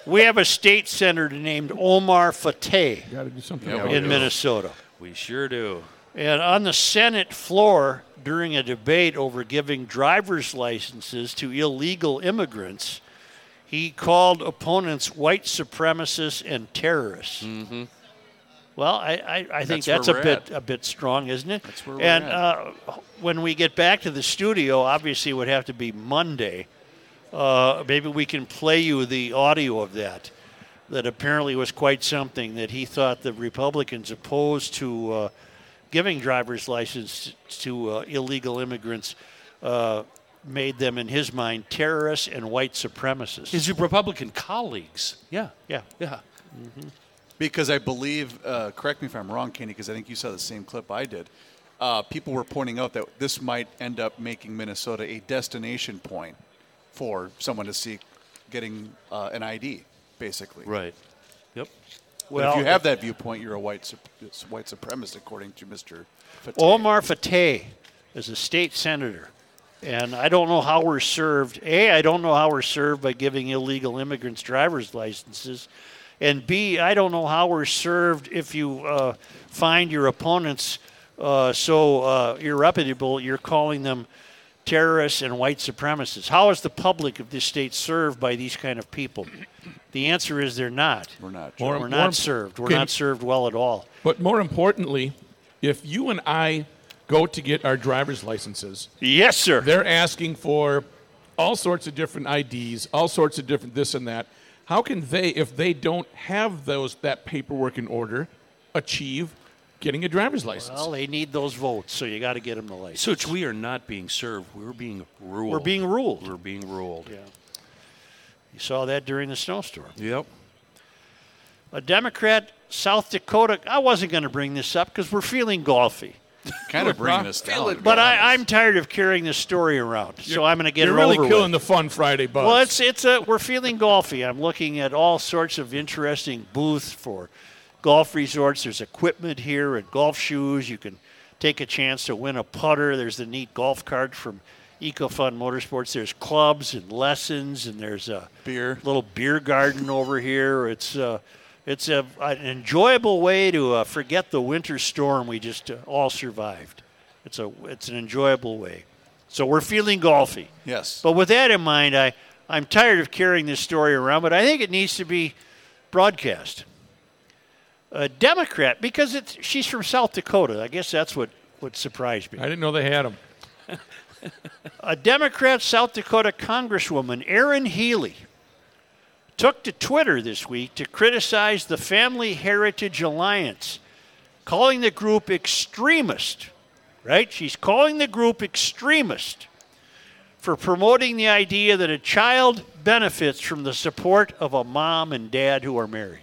A: we have a state senator named Omar Fateh
D: Got to do something.
C: Yeah,
D: about
C: we
D: it.
A: in Minnesota.
E: We sure do.
A: And on the Senate floor during a debate over giving driver's licenses to illegal immigrants, he called opponents white supremacists and terrorists. Mm-hmm. Well, I, I, I think
C: That's
A: that's,
C: where
A: a
C: we're
A: bit a bit strong, isn't it? That's
C: where we're
A: and
C: at.
A: Uh, when we get back to the studio, obviously it would have to be Monday. Uh, maybe we can play you the audio of that. That apparently was quite something that he thought the Republicans opposed to uh, giving driver's license to uh, illegal immigrants uh, made them, in his mind, terrorists and white supremacists.
E: His Republican colleagues. Yeah.
A: yeah.
E: Yeah.
C: Because I believe, uh, correct me if I'm wrong, Kenny, because I think you saw the same clip I did. Uh, people were pointing out that this might end up making Minnesota a destination point for someone to seek getting uh, an ID, basically.
E: Right. Yep.
C: But if you have that viewpoint, you're a white sup- it's white supremacist, according to Mr. Fateh.
A: Omar Fateh is a state senator. And I don't know how we're served. A, I don't know how we're served by giving illegal immigrants driver's licenses. And B, I don't know how we're served if you uh, find your opponents uh, so uh, irreputable, you're calling them terrorists and white supremacists. How is the public of this state served by these kind of people? The answer is they're not. We're
C: not,
A: We're
D: More- more-
A: not served. We're
D: okay.
A: not served well at all.
D: But more importantly, if you and I go to get our driver's licenses,
A: Yes, sir.
D: they're asking for all sorts of different IDs, all sorts of different this and that. How can they, if they don't have those that paperwork in order, achieve getting a driver's license?
A: Well, they need those votes, so you got to get them the license.
E: So it's, we are not being served. We're being ruled.
A: We're being ruled.
E: We're being ruled.
A: Yeah. You saw that during the snowstorm.
E: Yep.
A: A Democrat, South Dakota. I wasn't going to bring this up because we're feeling golfy,
C: Kind of bringing us down. to be
A: but I, I'm
C: honest.
A: tired of carrying this story around, so I'm going to get
D: You're
A: it
D: really
A: over with.
D: killing the fun Friday buzz.
A: Well, it's it's a we're feeling golfy. I'm looking at all sorts of interesting booths for golf resorts. There's equipment here and golf shoes. You can take a chance to win a putter. There's the neat golf cart from EcoFun Motorsports. There's clubs and lessons, and there's a
C: Beer.
A: little beer garden over here. It's uh, it's a, an enjoyable way to uh, forget the winter storm we just uh, all survived. It's a it's an enjoyable way. So we're feeling golfy.
C: Yes.
A: But with that in mind, I, I'm tired of carrying this story around, but I think it needs to be broadcast. A Democrat, because it's, she's from South Dakota. I guess that's what, what surprised me.
D: I didn't know they had them.
A: A Democrat South Dakota Congresswoman, Erin Healy, took to Twitter this week to criticize the Family Heritage Alliance, calling the group extremist, right? She's calling the group extremist for promoting the idea that a child benefits from the support of a mom and dad who are married.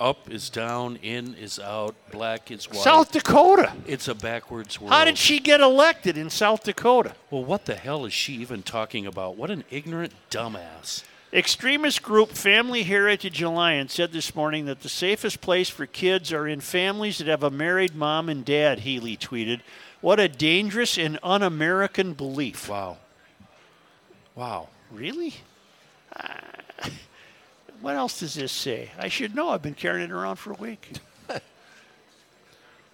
E: Up is down, in is out, black is white.
A: South Dakota.
E: It's a backwards world.
A: How did she get elected in South Dakota?
E: Well, what the hell is she even talking about? What an ignorant dumbass.
A: Extremist group Family Heritage Alliance said this morning that the safest place for kids are in families that have a married mom and dad, Healy tweeted. What a dangerous and un American belief.
E: Wow. Wow.
A: Really? Uh, what else does this say? I should know. I've been carrying it around for a week.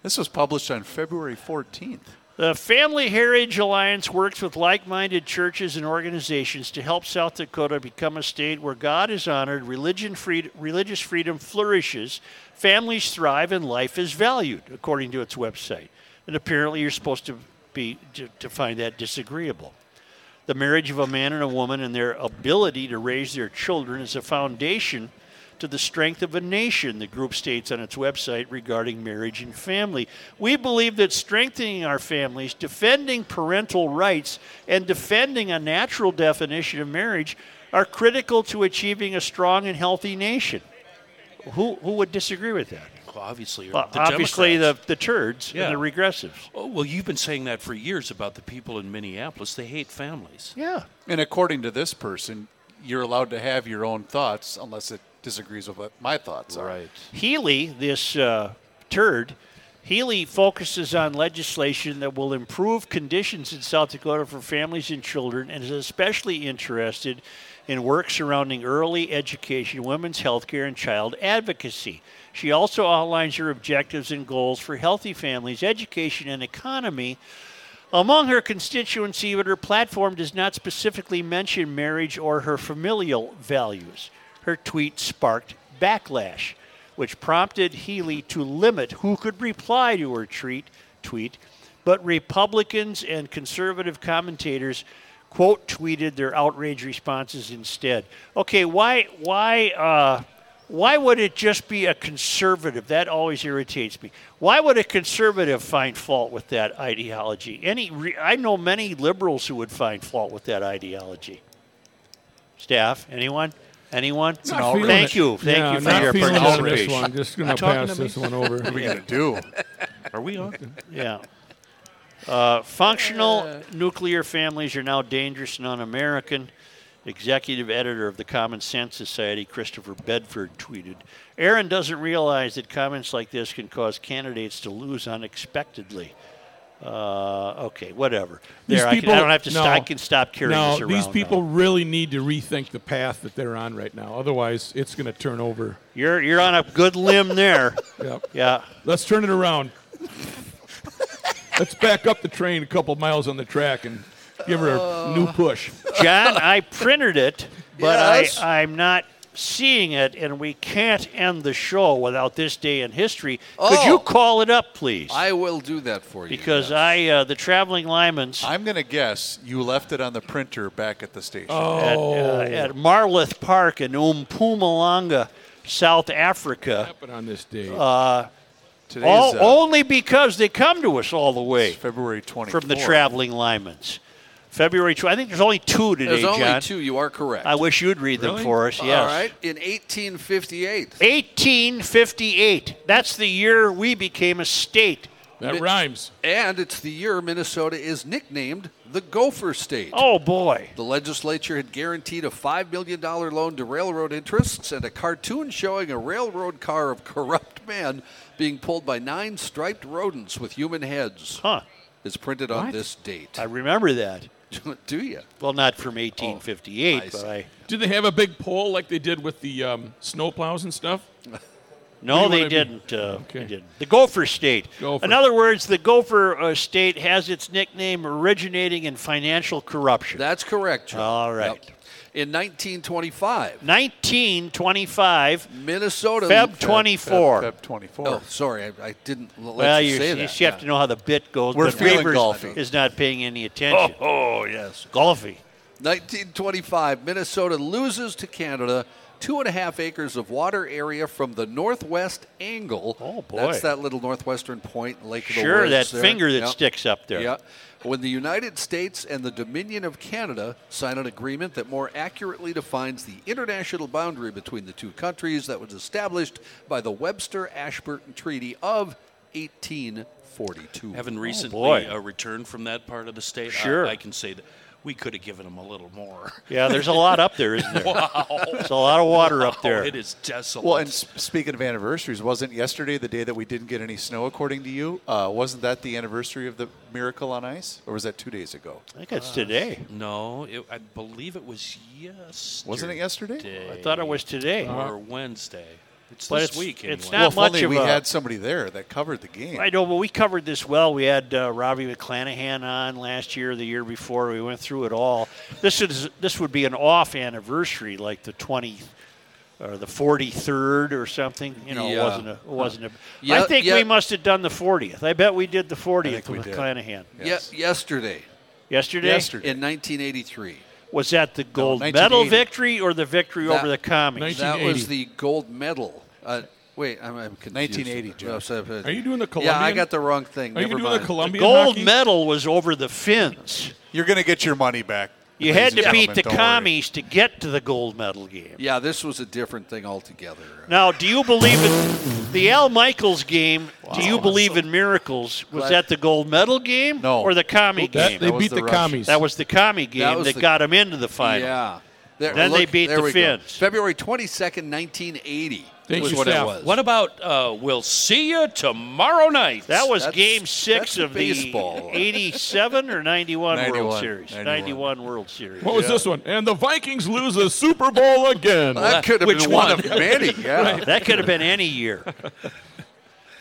C: This was published on February 14th.
A: The Family Heritage Alliance works with like minded churches and organizations to help South Dakota become a state where God is honored, religion freed, religious freedom flourishes, families thrive, and life is valued, according to its website. And apparently, you're supposed to, be, to, to find that disagreeable. The marriage of a man and a woman and their ability to raise their children is a foundation to the strength of a nation, the group states on its website regarding marriage and family. We believe that strengthening our families, defending parental rights, and defending a natural definition of marriage are critical to achieving a strong and healthy nation. Who, who would disagree with that?
E: Well, obviously,
A: Well,
E: the
A: obviously,
E: Democrats.
A: the, the turds
E: Yeah.
A: and the regressives.
E: Oh, well, you've been saying that for years about the people in Minneapolis. They hate families.
A: Yeah.
C: And according to this person, you're allowed to have your own thoughts unless it disagrees with what my thoughts are.
A: Healy, this uh, turd, Healy focuses on legislation that will improve conditions in South Dakota for families and children and is especially interested in work surrounding early education, women's health care, and child advocacy. She also outlines her objectives and goals for healthy families, education, and economy. Among her constituency, but her platform does not specifically mention marriage or her familial values. Her tweet sparked backlash, which prompted Healy to limit who could reply to her treat, tweet, but Republicans and conservative commentators quote tweeted their outrage responses instead. Okay, why why uh, why would it just be a conservative? That always irritates me. Why would a conservative find fault with that ideology? Any re- I know many liberals who would find fault with that ideology. Staff, anyone? Anyone?
D: Not feeling
A: Thank
D: it.
A: you. Thank
D: Yeah,
A: you for
D: not
A: your
D: feeling it on
A: participation.
D: this one. Just gonna
E: talking
D: pass
E: to me?
D: this one over.
C: What are you going to do?
E: Are we on?
A: Yeah. Uh, functional nuclear families are now dangerous and un American. Executive editor of the Common Sense Society, Christopher Bedford, tweeted Aaron doesn't realize that comments like this can cause candidates to lose unexpectedly. Uh, okay, whatever.
D: These
A: there, I, can, I don't have to. st- I can stop carrying
D: no,
A: this around.
D: these
A: now.
D: people really need to rethink the path that they're on right now. Otherwise, it's going to turn over.
A: You're you're on a good limb there.
D: Yep.
A: yeah.
D: Let's turn it around. Let's back up the train a couple miles on the track and give her a new push.
A: John, I printed it, but
F: Yes.
A: I, I'm not seeing it, and we can't end the show without this day in history. Could
F: Oh.
A: you call it up, please?
F: I will do that for you.
A: because
F: yes.
A: I, uh, the traveling Lyman's
C: I'm going to guess you left it on the printer back at the station.
A: at, uh,
F: Oh.
A: at Marloth Park in Umpumalanga, South Africa, uh,
D: Happen on this day.
C: Today's
A: all,
C: uh,
A: only because they come to us all the way
C: February 24th.
A: from the traveling Lyman's. February 2. I think there's only two today,
F: there's only
A: John.
F: two. You are correct.
A: I wish you'd read them for us. Yes.
F: All right. In 1858,
A: 1858. That's the year we became a state.
D: that rhymes.
F: and it's the year Minnesota is nicknamed the Gopher State.
A: Oh boy.
F: The legislature had guaranteed a $5 million loan to railroad interests, and a cartoon showing a railroad car of corrupt men being pulled by nine striped rodents with human heads
A: Huh.
F: is printed on this date.
A: I remember that.
F: Do you?
A: Well, not from 1858,
F: I
A: but
F: see.
A: I
D: Did they have a big pole like they did with the um, snowplows and stuff?
A: No,
D: What do
A: they
D: you wanna
A: didn't. Uh, they
D: Okay.
A: didn't. The Gopher State.
D: Gopher.
A: In other words, the Gopher uh, State has its nickname originating in financial corruption.
F: That's correct, John.
A: All right.
F: Yep. In 1925,
A: 1925,
F: Minnesota.
A: Feb 24.
C: Feb 24.
F: Oh, sorry, I, I didn't l- let
A: well,
F: you
A: you,
F: say
A: you,
F: that.
A: just have to know how the bit goes.
C: We're
A: but
C: feeling
A: Reavers
C: golfy.
A: is not paying any attention.
F: Oh, yes.
A: Golfy.
F: 1925, Minnesota loses to Canada two and a half acres of water area from the northwest angle.
A: Oh, boy.
F: That's that little northwestern point, Lake of the
A: Sure,
F: Woods
A: that
F: there.
A: finger that
F: Yeah.
A: sticks up there.
F: Yeah. When the United States and the Dominion of Canada sign an agreement that more accurately defines the international boundary between the two countries that was established by the Webster-Ashburton Treaty of 1842.
E: Having recently
A: Oh, boy.
E: uh, returned from that part of the state, I-
A: Sure.
E: I, can say that we could have given them a little more.
A: Yeah, there's a lot up there, isn't there? wow. There's a lot of water up there.
E: Oh, it is desolate.
C: Well, and s- speaking of anniversaries, wasn't yesterday the day that we didn't get any snow, according to you? Uh, wasn't that the anniversary of the Miracle on Ice? Or was that two days ago?
A: I think it's today.
E: no, it, I believe it was yesterday.
C: Wasn't it yesterday?
A: I thought it was today.
E: Or Wednesday. It's
A: But
E: this
A: it's-
E: week.
A: it's not
E: anyway.
C: well, if only
A: much of
C: we
A: a-
C: had somebody there that covered the game.
A: I know, but we covered this well. We had uh, Robbie McClanahan on last year, the year before. We went through it all. This is this would be an off anniversary, like the 20th or the 43rd or something. You know,
F: Yeah.
A: it wasn't a. It wasn't a
F: Yeah,
A: I think
F: yeah.
A: we must have done the 40th. I bet we did the 40th
C: we
A: with
C: did.
A: McClanahan
C: Yes.
F: Ye- yesterday,
A: yesterday.
C: Yesterday.
F: in 1983.
A: Was that the gold medal
C: 1980.
A: victory or the victory
F: That-
A: over the commies?
F: That
D: 1980.
F: was the gold medal. Uh, wait, I'm, I'm confused. Oh, uh,
C: 1980, Joe.
D: Are you doing the
F: Yeah, I
D: Colombian-
F: got the wrong thing.
D: Are you
F: Never
D: doing
F: mind.
D: the Colombian
A: gold
D: hockey?
A: medal was over the Finns.
C: You're going to get your money back.
A: You
C: ladies
A: had
C: and
A: to beat
C: gentlemen,
A: the
C: don't worry.
A: commies to get to the gold medal game.
F: Yeah, this was a different thing altogether.
A: Now, do you believe in the Al Michaels game? Do you believe in miracles? Was that the gold medal game
C: No.
A: or the commie
D: That-
A: game?
D: they
C: That was
D: beat
C: the
D: the,
C: Russian.
D: commies.
A: that was the commie game that,
F: was the-
A: got them into the final.
F: Yeah. There-
A: Then they beat
F: there
A: the
F: we go.
A: Finns.
F: February 22nd, 1980
D: Thank
F: was
D: you,
F: what
D: Steph.
F: it was.
E: What about uh, we'll see you tomorrow night?
A: That was
F: That's-
A: game six
F: that's
A: of the
F: baseball.
A: 87 or 91, World
C: 91,
A: Series. 91,
C: 91.
A: World Series.
D: What was this one? And the Vikings lose the Super Bowl again.
F: that could have
A: Which
F: been
A: one?
F: of many. Yeah.
A: That could have been any year.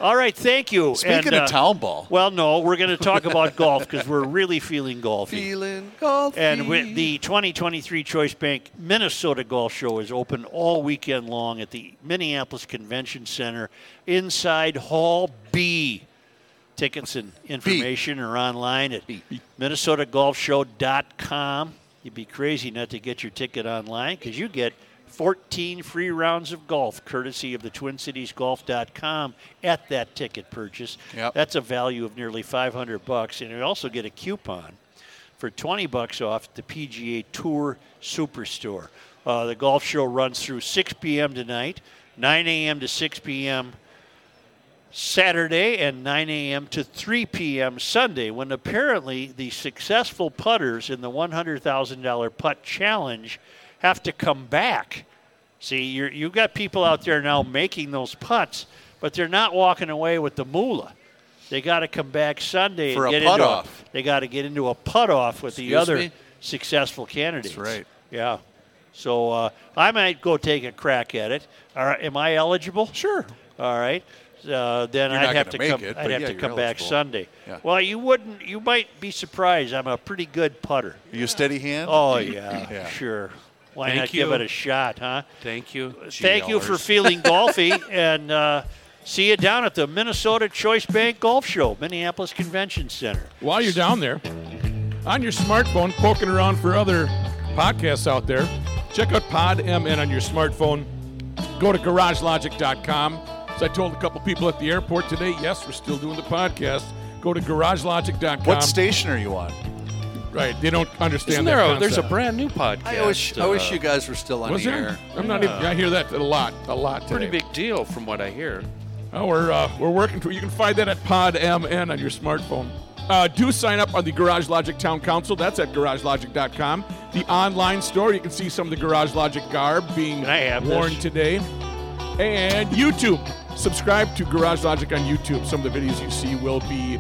A: All right, thank you.
C: Speaking
A: And, uh,
C: of town ball.
A: Well, no, we're going to talk about golf because we're really feeling golfy.
F: Feeling golfy.
A: And with the 2023 Choice Bank Minnesota Golf Show is open all weekend long at the Minneapolis Convention Center inside Hall B. Tickets and information are online at minnesotagolfshow.com. You'd be crazy not to get your ticket online because you get 14 free rounds of golf courtesy of the twincitiesgolf.com at that ticket purchase.
C: Yep.
A: That's a value of nearly 500 bucks and you also get a coupon for 20 bucks off at the PGA Tour Superstore. Uh, the golf show runs through 6 p.m. tonight, 9 a.m. to 6 p.m. Saturday, and 9 a.m. to 3 p.m. Sunday, when apparently the successful putters in the $100,000 putt challenge have to come back. See, you're, you've got people out there now making those putts, but they're not walking away with the moolah. They got to come back Sunday
C: For
A: and
C: a
A: get into
C: putt-off.
A: they got to get into a putt off with the
C: Excuse
A: other
C: me?
A: successful candidates.
C: That's right.
A: Yeah. So uh, I might go take a crack at it. All right, am I eligible?
C: Sure.
A: All right. Uh, then
C: You're
A: I'd
C: not
A: have
C: gonna
A: to
C: make
A: come.
C: it,
A: I'd
C: but
A: have
C: yeah,
A: to
C: you're
A: come back
C: eligible.
A: Sunday.
C: Yeah.
A: Well, you wouldn't. You might be surprised. I'm a pretty good putter.
C: Are you a steady hand?
A: Oh yeah,
C: Yeah.
A: sure. Why
E: Thank
A: not give
E: you.
A: it a shot, huh?
E: Thank you.
A: Thank you for feeling golfy, and uh, see you down at the Minnesota Choice Bank Golf Show, Minneapolis Convention Center.
D: While you're down there, on your smartphone, poking around for other podcasts out there, check out Pod MN on your smartphone. Go to garagelogic.com. As I told a couple people at the airport today, yes, we're still doing the podcast. Go to garagelogic.com.
C: What station are you on?
D: Right, they don't understand
E: Isn't
D: that
E: there a, there's a
D: concept.
E: brand new podcast.
F: I wish I
E: uh,
F: wish you guys were still on
D: Was
F: the
D: there?
F: air.
D: I'm not even. I hear that a lot, a lot.
E: Pretty
D: today.
E: big deal from what I hear.
D: Oh, we're uh, we're working to. You can find that at Pod MN on your smartphone. Uh, do sign up on the Garage Logic Town Council. That's at garagelogic.com. The online store, you can see some of the Garage Logic garb being
A: Can I have
D: worn
A: this?
D: today. And YouTube. Subscribe to Garage Logic on YouTube. Some of the videos you see will be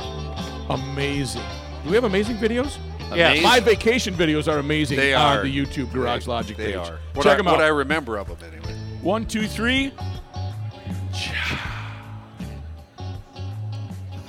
D: amazing. Do we have amazing videos?
A: Yeah,
D: My vacation videos are amazing
F: They
D: on
F: are.
D: the YouTube Garage Logic
F: They
D: page.
F: are. What
D: Check
F: I,
D: them
F: What I
D: out.
F: remember of them anyway.
D: One, two, three.